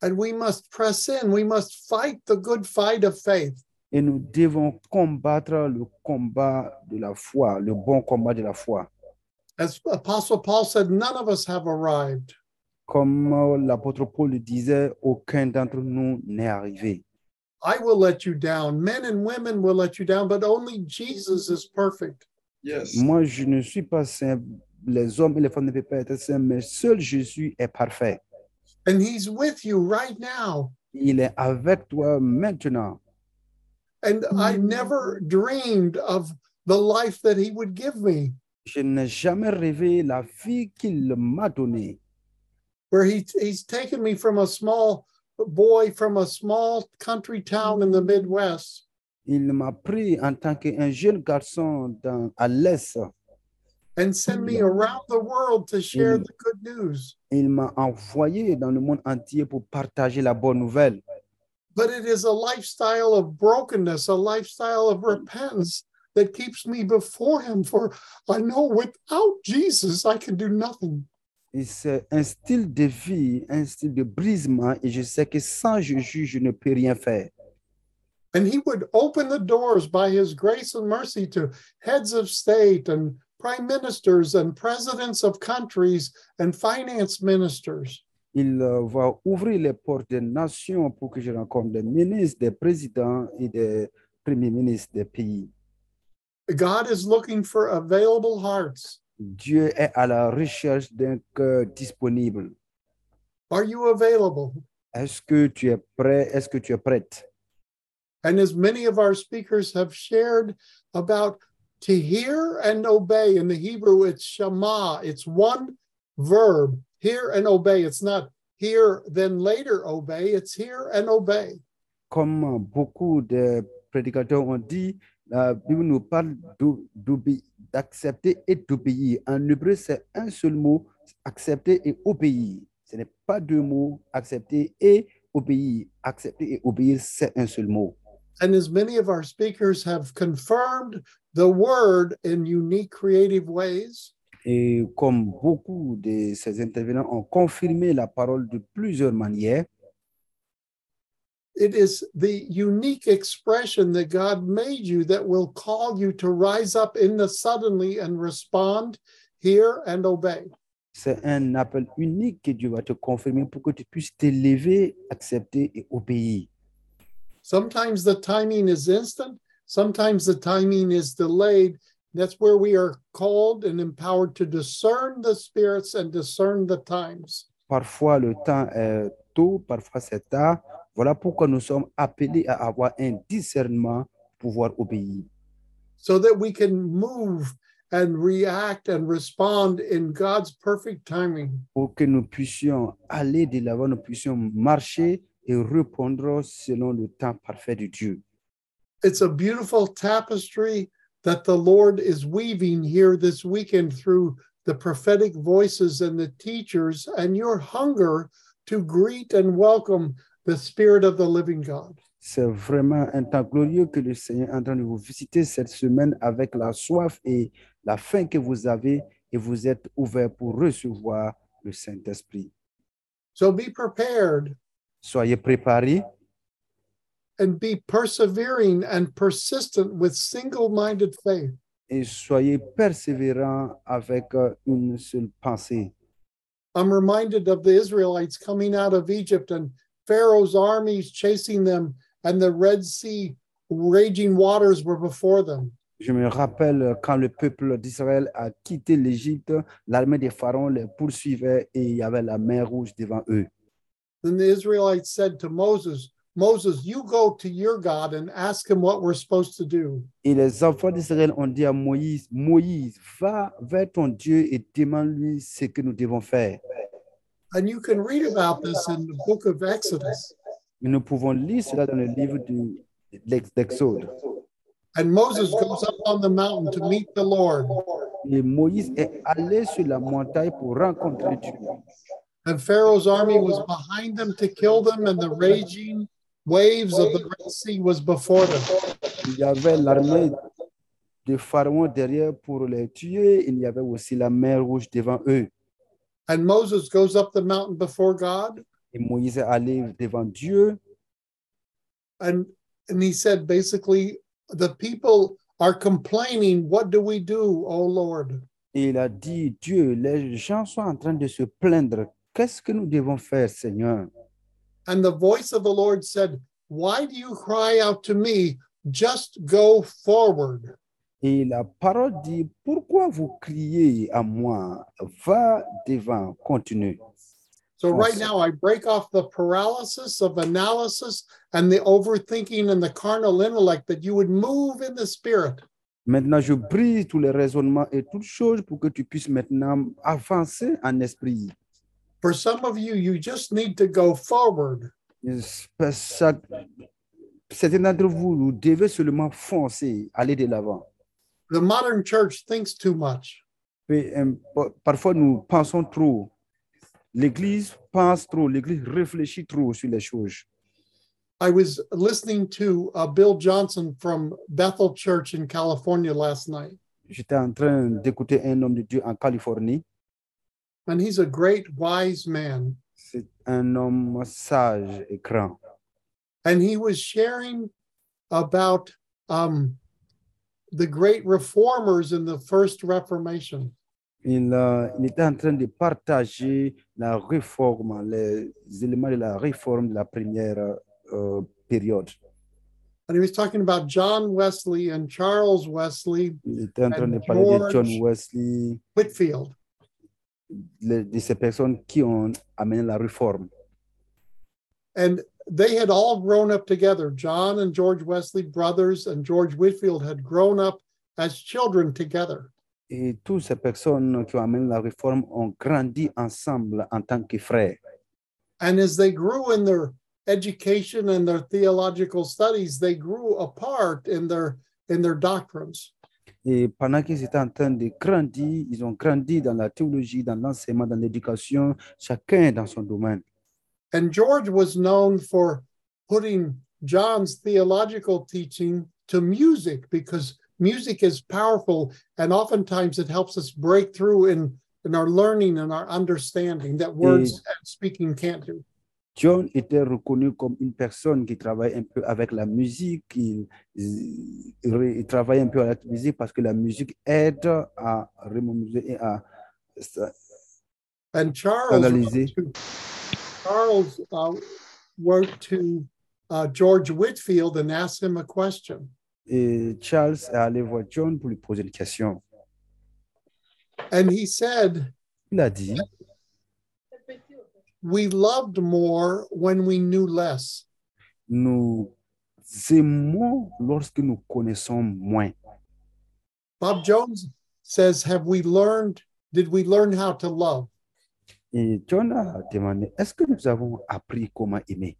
And we must press in. We must fight the good fight of faith. Et nous devons combattre le combat de la foi, le bon combat de la foi. As Apostle Paul said, none of us have arrived. Comme euh, l'apôtre Paul le disait, aucun d'entre nous n'est arrivé. I will let you down. Men and women will let you down, but only Jesus is perfect. Yes. Moi, je ne suis pas saint. Les hommes et les femmes ne peuvent pas être saints, mais seul Jésus est parfait. And he's with you right now. Il est avec toi maintenant. And I never dreamed of the life that he would give me, Je n'ai jamais rêvé la vie qu'il m'a donnée. where he, he's taken me from a small boy from a small country town in the Midwest Il m'a pris en tant qu'un jeune garçon dans, à l'Est. and sent me around the world to share the good news. Il m'a envoyé dans le monde entier pour partager la bonne nouvelle. But it is a lifestyle of brokenness, a lifestyle of repentance that keeps me before him. For I know without Jesus, I can do nothing. Et c'est un style de vie, un style de brisement, et je sais que sans Jésus, je ne peux rien faire. And he would open the doors by his grace and mercy to heads of state and prime ministers and presidents of countries and finance ministers. Il euh, va ouvrir les portes des nations pour que je rencontre des ministres, des présidents et des premiers ministres des pays. God is looking for available hearts. Dieu est à la recherche d'un cœur disponible. Are you available? Est-ce que tu es prêt? Est-ce que tu es prête? And as many of our speakers have shared about to hear and obey in the Hebrew, it's shema, it's one verb, hear and obey. It's not hear, then later obey, it's hear and obey. comme beaucoup de prédicateurs ont dit, la Bible nous parle d'o- d'obé- d'accepter et d'obéir. En hébreu, c'est un seul mot, accepter et obéir. Ce n'est pas deux mots, accepter et obéir. Accepter et obéir, c'est un seul mot. And as many of our speakers have confirmed the word in unique, creative ways, Et comme beaucoup de ces intervenants ont confirmé la parole de plusieurs manières, it is the unique expression that God made you that will call you to rise up in the suddenly and respond, hear and obey. c'est un appel unique que Dieu va te confirmer pour que tu puisses t'élever, accepter et obéir. Sometimes the timing is instant, sometimes the timing is delayed, That's where we are called and empowered to discern the spirits and discern the times. Parfois, le temps est tôt, parfois c'est tard. Voilà pourquoi nous sommes appelés à avoir un discernement pour pouvoir obéir, so that we can move and react and respond in God's perfect timing. pour que nous puissions aller de l'avant, nous puissions marcher et répondre selon le temps parfait de Dieu. It's a beautiful tapestry that the Lord is weaving here this weekend through the prophetic voices and the teachers and your hunger to greet and welcome the Spirit of the living God. C'est vraiment un temps glorieux que le Seigneur est en train de vous visiter cette semaine avec la soif et la faim que vous avez et vous êtes ouverts pour recevoir le Saint-Esprit. So be prepared Soyez préparés and be persevering and persistent with single minded faith. et soyez persévérants avec euh, une seule pensée. I'm reminded of the Israelites coming out of Egypt and Pharaoh's armies chasing them, and the Red Sea raging waters were before them. Je me rappelle quand le peuple d'Israël a quitté l'Égypte, l'armée des pharaons les poursuivait et il y avait la mer rouge devant eux. Then the Israelites said to Moses, Moses, you go to your God and ask him what we're supposed to do. Et les enfants d'Israël ont dit à Moïse, Moïse, va vers ton Dieu et demande-lui ce que nous devons faire. And you can read about this in the book of Exodus. Mais nous pouvons lire cela dans le livre de l'Ex- d'Exode. And Moses goes up on the mountain to meet the Lord. Et Moïse est allé sur la montagne pour rencontrer Dieu. And Pharaoh's army was behind them to kill them, and the raging waves of the Red Sea was before them. Il y avait l'armée de Pharaon derrière pour les tuer. Il y avait aussi la mer rouge devant eux. And Moses goes up the mountain before God, Et Moïse est allé devant Dieu. and and he said basically, the people are complaining. What do we do, O Lord? Et il a dit, Dieu, les gens sont en train de se plaindre. Qu'est-ce que nous devons faire, Seigneur? And the voice of the Lord said, Why do you cry out to me? Just go forward. Et la parole dit, pourquoi vous criez à moi? Va devant, continue. So right Awesome. now I break off the paralysis of analysis and the overthinking and the carnal intellect that you would move in the spirit. Maintenant, je brise tous les raisonnements et toutes choses pour que tu puisses maintenant avancer en esprit. For some of you, you just need to go forward. Et c'est ça- Certains d'entre vous, vous devez seulement foncer, aller de l'avant. The modern church thinks too much. Peu importe- Parfois, nous pensons trop. L'Église pense trop, l'Église réfléchit trop sur les choses. I was listening to uh, Bill Johnson from Bethel Church in California last night, J'étais en train d'écouter un homme de Dieu en Californie. and he's a great, wise man. C'est un homme sage et grand. And he was sharing about um, the great reformers in the First Reformation. Il, euh, il était en train de partager la réforme, les éléments de la réforme de la première euh, période. And he was talking about John Wesley and Charles Wesley Il était en train de And parler de George- John Wesley, Whitfield. le- de ces personnes qui ont amené la réforme. And they had all grown up together. John and George Wesley, brothers, and George Whitfield had grown up as children together. Et toutes ces personnes qui ont amené la réforme ont grandi ensemble en tant que frères. And as they grew in their education and their theological studies, they grew apart in their in their doctrines. Et pendant qu'ils étaient en train de grandir, ils ont grandi dans la théologie, dans l'enseignement, dans l'éducation, chacun dans son domaine. And George was known for putting John's theological teaching to music because music is powerful and oftentimes it helps us break through in, in our learning and our understanding that words and speaking can't do. John était reconnu comme une personne qui travaille un peu avec la musique, il, il- il travaille un peu avec la musique parce que la musique aide à remémorer et à s- And Charles analyser. Charles uh, wrote to uh, George Whitfield and asked him a question. et Charles est allé voir John pour lui poser une question. And he said, Il a dit, We loved more when we knew less. nous aimons lorsque nous connaissons moins. Bob Jones says, Have we learned? Did we learn how to love? Et John a demandé, est-ce que nous avons appris comment aimer?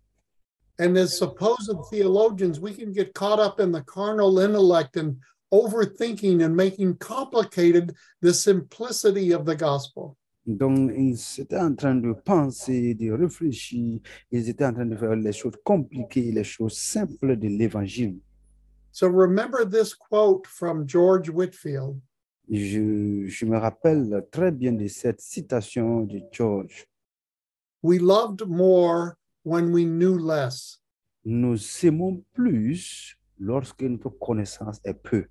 And as supposed theologians, we can get caught up in the carnal intellect and overthinking and making complicated the simplicity of the gospel. Donc, ils étaient en train de penser, de réfléchir, ils étaient en train de faire les choses compliquées, les choses simples de l'évangile. So remember this quote from George Whitfield Je, je me rappelle très bien de cette citation de George. We loved more when we knew less. Nous aimons plus lorsque notre connaissance est peu.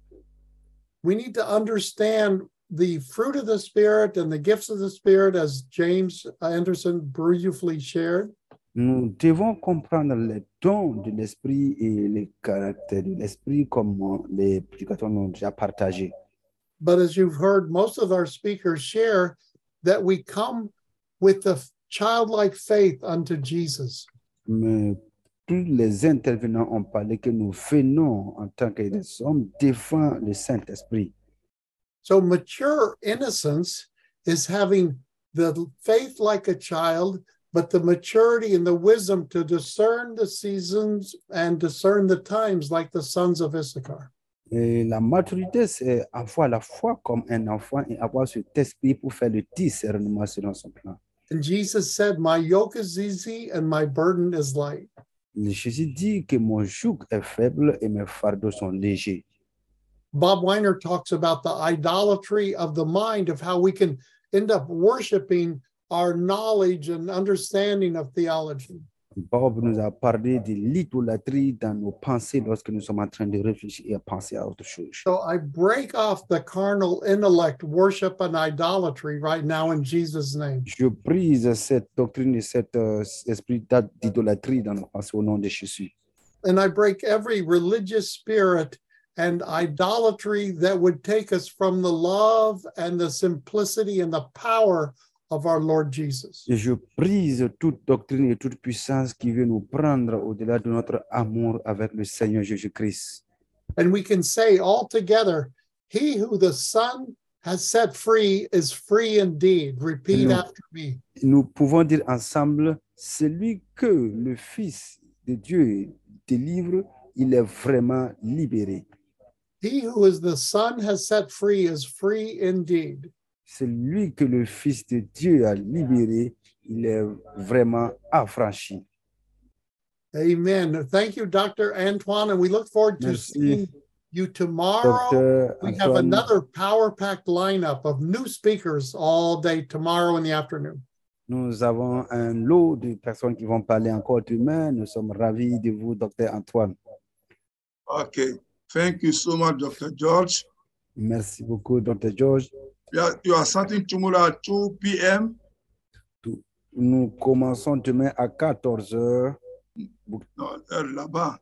We need to understand the fruit of the Spirit and the gifts of the Spirit, as James Anderson briefly shared. Nous devons comprendre les dons de l'esprit et les caractères de l'esprit comme euh, les prédicateurs l'ont déjà partagé. But as you've heard most of our speakers share, that we come with the childlike faith unto Jesus. Mais tous les intervenants ont parlé que nous venons en tant que des hommes devant le Saint-Esprit. So mature innocence is having the faith like a child, but the maturity and the wisdom to discern the seasons and discern the times like the sons of Issachar. Et la maturité, c'est avoir la foi comme un enfant et avoir cet esprit pour faire le discernement selon son plan. And Jesus said, My yoke is easy and my burden is light. Le Jésus dit que mon joug est faible et mes fardeaux sont légers. Bob Weiner talks about the idolatry of the mind, of how we can end up worshiping our knowledge and understanding of theology. Bob nous a parlé de l'idolâtrie dans nos pensées lorsque nous sommes en train de réfléchir et à penser à autre chose. So I break off the carnal intellect, worship, and idolatry right now in Jesus' name. Je brise cette doctrine et cet euh, esprit d'a- d'idolâtrie dans nos pensées au nom de Jésus. And I break every religious spirit and idolatry that would take us from the love and the simplicity and the power of our Lord Jesus. Et je brise toute doctrine et toute puissance qui veut nous prendre au-delà de notre amour avec le Seigneur Jésus-Christ. And we can say all together, He who the Son has set free is free indeed. Repeat Amen. after me. Nous pouvons dire ensemble, celui que le Fils de Dieu délivre, il est vraiment libéré. He who is the Son has set free is free indeed. Celui que le Fils de Dieu a libéré, il est vraiment affranchi. Amen. Thank you, Dr. Antoine. And we look forward to Merci, seeing you tomorrow. docteur We have Antoine. another power packed lineup of new speakers all day tomorrow in the afternoon. Nous avons un lot de personnes qui vont parler encore demain. Nous sommes ravis de vous, docteur Antoine. Okay. Thank you so much, Dr. George. Merci beaucoup, docteur George. You are, you are starting tomorrow at 2 p.m. Nous commençons demain à 14h. Non, euh, là-bas.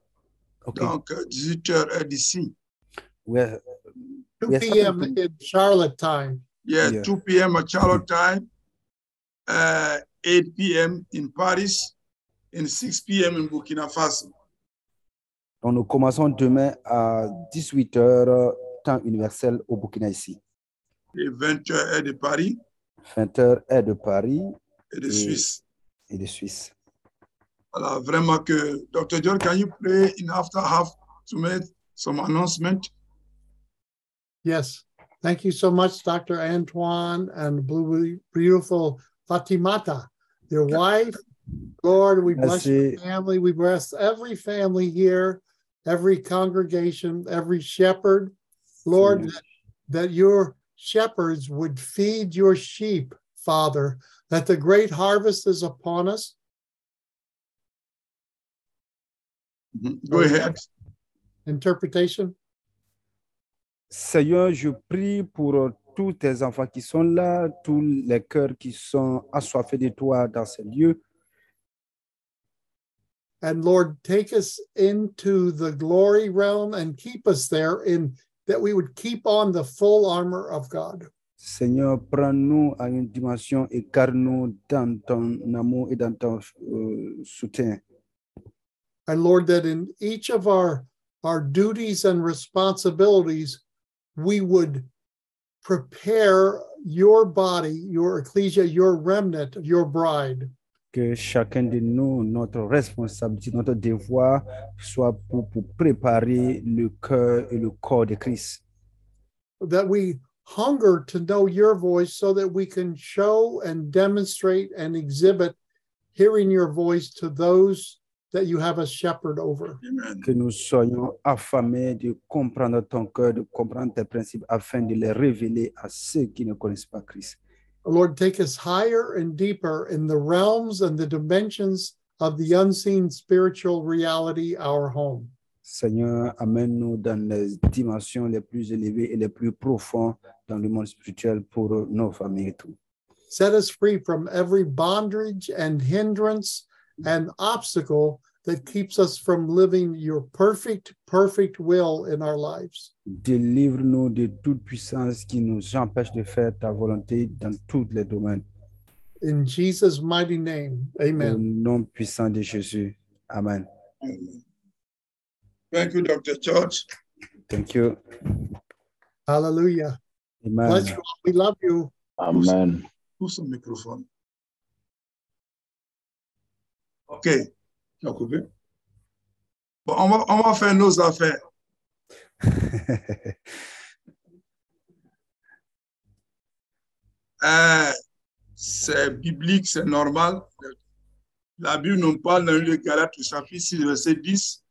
OK. Donc, euh, 18 heures heure d'ici. Ouais, 2 Yes, p.m. Dr. in Charlotte time. Yeah, Yeah. 2 p.m. at Charlotte time, uh, 8 p.m. in Paris, and 6 p.m. in Burkina Faso. donc nous commençons demain à 18h, temps universel au Burkina ici. Et 20 heures heure de Paris 20h est de Paris et de Mm. Suisse. et de Suisse. Alors, vraiment que, Dr. John, can you play in after half to make some announcement? Yes. Thank you so much, Dr. Antoine and blue, beautiful Fatimata, your wife. Lord, we bless Merci. your family. We bless every family here, every congregation, every shepherd. Lord, Amen. that, that your shepherds would feed your sheep, Father, that the great harvest is upon us. Go ahead. Interpretation. Seigneur, je prie pour euh, tous tes enfants qui sont là, tous les cœurs qui sont assoiffés de toi dans ces lieux. And Lord, take us into the glory realm and keep us there in that we would keep on the full armor of God. Seigneur, prends-nous à une dimension et garde-nous dans ton amour et dans ton euh, soutien. And Lord, that in each of our our duties and responsibilities, we would prepare your body, your ecclesia, your remnant, your bride. Que chacun de nous, notre responsabilité, notre devoir soit pour, pour préparer le cœur et le corps de Christ. that we hunger to know your voice so that we can show and demonstrate and exhibit hearing your voice to those that you have us shepherd over. Amen. Que nous soyons affamés de comprendre ton cœur, de comprendre tes principes afin de les révéler à ceux qui ne connaissent pas Christ. Lord, take us higher and deeper in the realms and the dimensions of the unseen spiritual reality, our home. Seigneur, amène-nous dans les dimensions les plus élevées et les plus profondes dans le monde spirituel pour nos familles et tout. Set us free from every bondage and hindrance and obstacle that keeps us from living your perfect, perfect will in our lives. Délivre-nous de toute puissance qui nous empêche de faire ta volonté dans tous les domaines. In Jesus' mighty name, Au amen. nom puissant de Jésus. Amen. Amen. Thank you, Dr. George. Thank you. Hallelujah. Amen. Bless you all. We love you. Amen. Put some microphone. OK. Tu as coupé? Bon, on va, on va faire nos affaires. Euh, c'est biblique, c'est normal. La Bible nous parle dans le Galates, au chapitre 6, verset 10,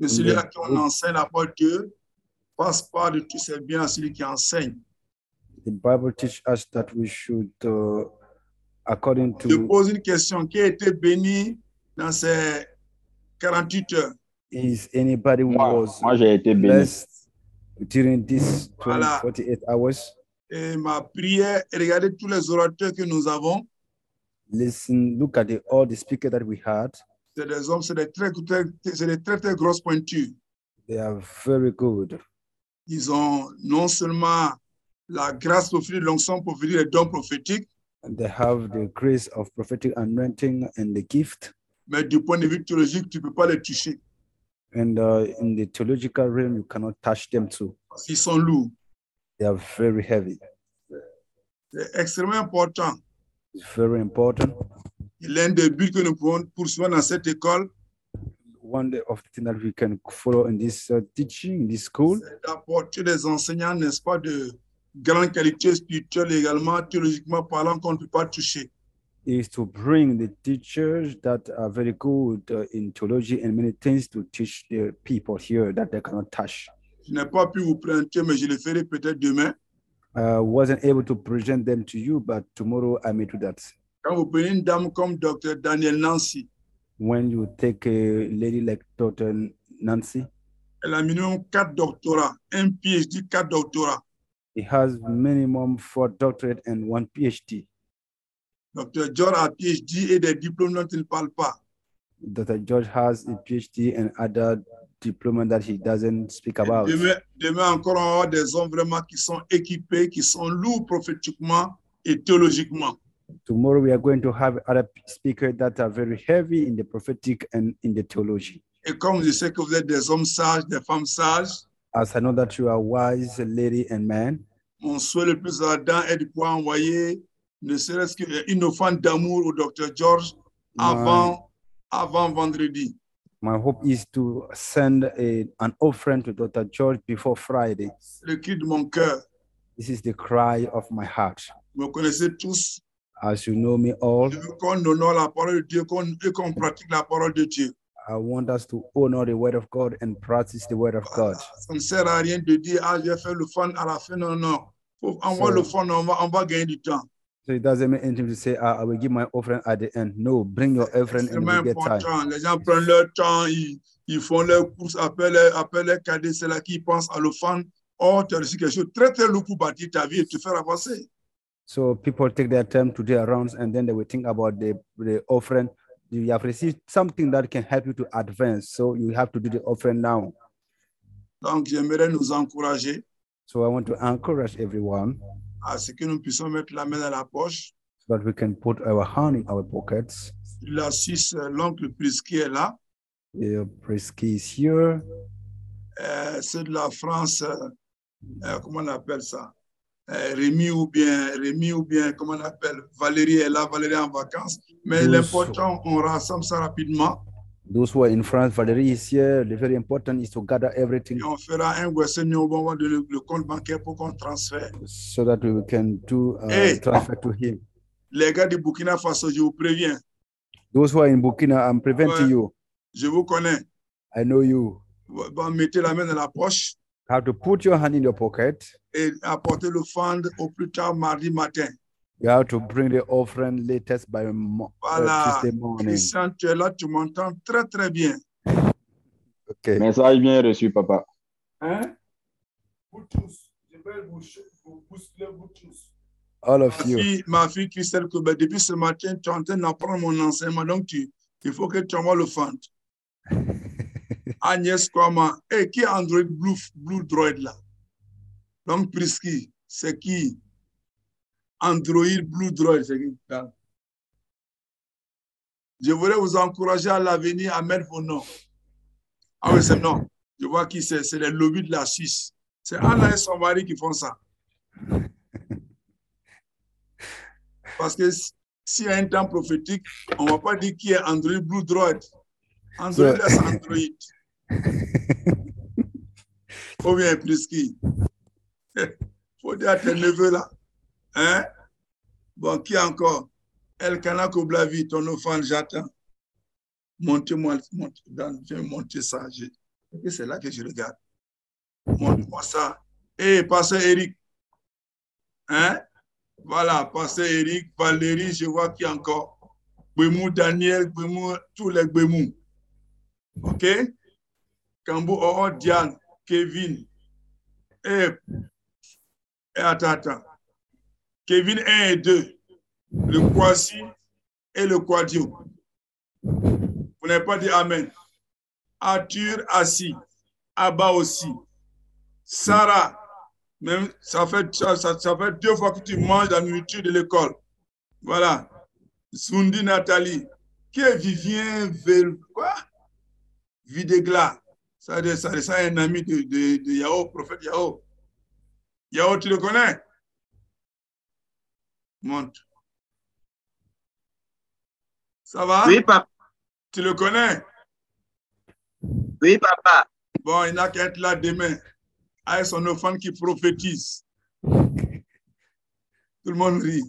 que celui à qui on enseigne la parole de Dieu passe par de tous ses biens à celui qui enseigne. The Bible teaches us that we should, uh, according Je to pose une question. Qui a été béni dans ces 48 heures? is anybody who Moi, was moi, j'ai été béni. blessed during these 20, Voilà. 48 hours. Et ma prière, et regardez tous les orateurs que nous avons, Listen, look at the, all the speakers that we had. c'est des hommes, c'est des très, très, c'est des très, très grosses pointures. They are very good. Ils ont non seulement la grâce prophétique, l'onction prophétique, les dons prophétiques, And they have the grace of prophetic anointing and the gift. mais du point de vue théologique, tu ne peux pas les toucher And uh, in the theological realm, you cannot touch them too. parce qu'ils sont lourds. They are very heavy. C'est extrêmement important. It's very important. Et l'un des buts que nous pouvons poursuivre dans cette école, One day of the thing that we can follow in this uh, teaching, in this school, c'est d'apporter des enseignants, n'est-ce pas, de grande qualité spirituelle et également théologiquement parlant qu'on ne peut pas toucher. is to bring the teachers that are very good uh, in theology and many things to teach the people here that they cannot touch. Je n'ai pas pu vous présenter, mais je le ferai peut-être demain. I Uh, wasn't able to present them to you, but tomorrow I may do that. Quand vous prenez une dame comme Dr. Daniel Nancy, When you take a lady like Dr. Nancy, elle a minimum quatre doctorats, un PhD, quatre doctorats. he has minimum four doctorate and one PhD. Dr. George a PhD et des diplômes dont il ne parle pas. Dr. George has a PhD and other diploma that he doesn't speak Et about. Demain, demain encore, on va avoir des hommes vraiment qui sont équipés, qui sont lourds prophétiquement et théologiquement. Tomorrow we are going to have other speakers that are very heavy in the prophetic and in the theology. Et comme je sais que vous êtes des hommes sages, des femmes sages, As I know that you are wise lady and man, mon souhait le plus ardent est de pouvoir envoyer ne serait-ce qu'une offrande d'amour au Dr. George avant, avant vendredi. my hope is to send a, an offering to Dr. George before Friday. C'est le cri de mon cœur. This is the cry of my heart. Vous me connaissez tous. As you know me all, Je veux qu'on honore la parole de Dieu qu'on- et qu'on pratique la parole de Dieu. I want us to honor the word of God and practice the word of God. Ça ne sert à rien de dire, ah, je vais faire le fun à la fin. Non, non. Faut envoyer So- le fun, on va, on va gagner du temps. So it doesn't mean anything to say, "Ah, I will give my offering at the end. No, bring your offering C'est and vraiment we get time. important. Les gens prennent leur temps, ils, ils font leurs courses, appellent, leur- appellent les cadets, c'est là qu'ils pensent à le fun. Oh, tu as reçu quelque chose de très, très lourd pour bâtir ta vie et te faire avancer. So people take their time to their rounds and then they will think about the, the offering. you have received something that can help you to advance. So you have to do the offering now. Donc, j'aimerais nous encourager So I want to encourage everyone à ce que nous puissions mettre la main dans la poche. that we can put our hand in our pockets. Il assiste euh, l'oncle Prisky est là. Uh, Prisky is here. Euh, c'est de la France, euh, euh, comment on appelle ça Euh, Rémi ou bien, Rémi ou bien, comment on appelle Valérie est là, Valérie est en vacances. Mais Nous l'important, on rassemble ça rapidement Those who are in France, Valérie is here. The very important is to gather everything et on fera un Western Union, on va donner le compte bancaire pour qu'on transfère. so that we can do uh, Hey. transfer to him. Les gars du Burkina Faso, je vous préviens, Those who are in Burkina, I'm preventing Ouais. you. je vous connais. I know you Vous- vous mettez la main dans la poche have to put your hand in your pocket. et apportez l'offrande au plus tard mardi matin. You have to bring the offering latest by mo- uh, Voilà. Tuesday morning. Christian, tu es là, tu m'entends très très bien. Okay. Message bien reçu, papa. Hein? Vous tous, je vais vous, vous bousculer, vous tous. All Ma of you. fille, ma fille Christelle Koubet, depuis ce matin, tu es en train d'apprendre mon enseignement, donc tu, il faut que tu envoies le fond. Agnès Kwama, et qui est Android Blue, Blue Droid là? Donc Prisky, c'est qui? Android Blue Droid, c'est qui? Là. Je voudrais vous encourager à l'avenir à mettre vos noms. Ah oui, c'est non. Je vois qui c'est, c'est les lobbies de la Suisse. C'est Anna et son mari qui font ça. Parce que si- s'il y a un temps prophétique, on ne va pas dire qui est Android Blue Droid. Android Ouais. est Android. Ou bien Prisky. Faut dire à tes neveux là. Hein? Bon, qui encore? Elkana Koblavi, ton offrande, j'attends. Montez-moi, monte, Dan, viens monter ça. je- et c'est là que je regarde. Montre-moi ça. Et pasteur Eric. Hein? Voilà, pasteur Eric, Valérie, je vois qui encore. Bemou, Daniel, Bemou, tous les Bemou. OK? Kambou, oh, Diane, Kevin. Et, et attends, attends. Kevin 1 et 2. Le Kwasi et le Quadio. Vous n'avez pas dit Amen. Arthur assis. Abba aussi. Sarah, même ça fait, ça, ça- ça fait deux fois que tu manges la nourriture de l'école. Voilà. Sundi Nathalie. Qui est Vivien Vel- quoi? Videgla. Ça, de- ça, de- ça, un ami de, de, de Yahoo, prophète Yahoo. Yahoo, tu le connais? Monte. Ça va? Oui, papa. Tu le connais? Oui, papa. Bon, il n'a qu'à être là demain. Avec son enfant qui prophétise. Tout le monde rit.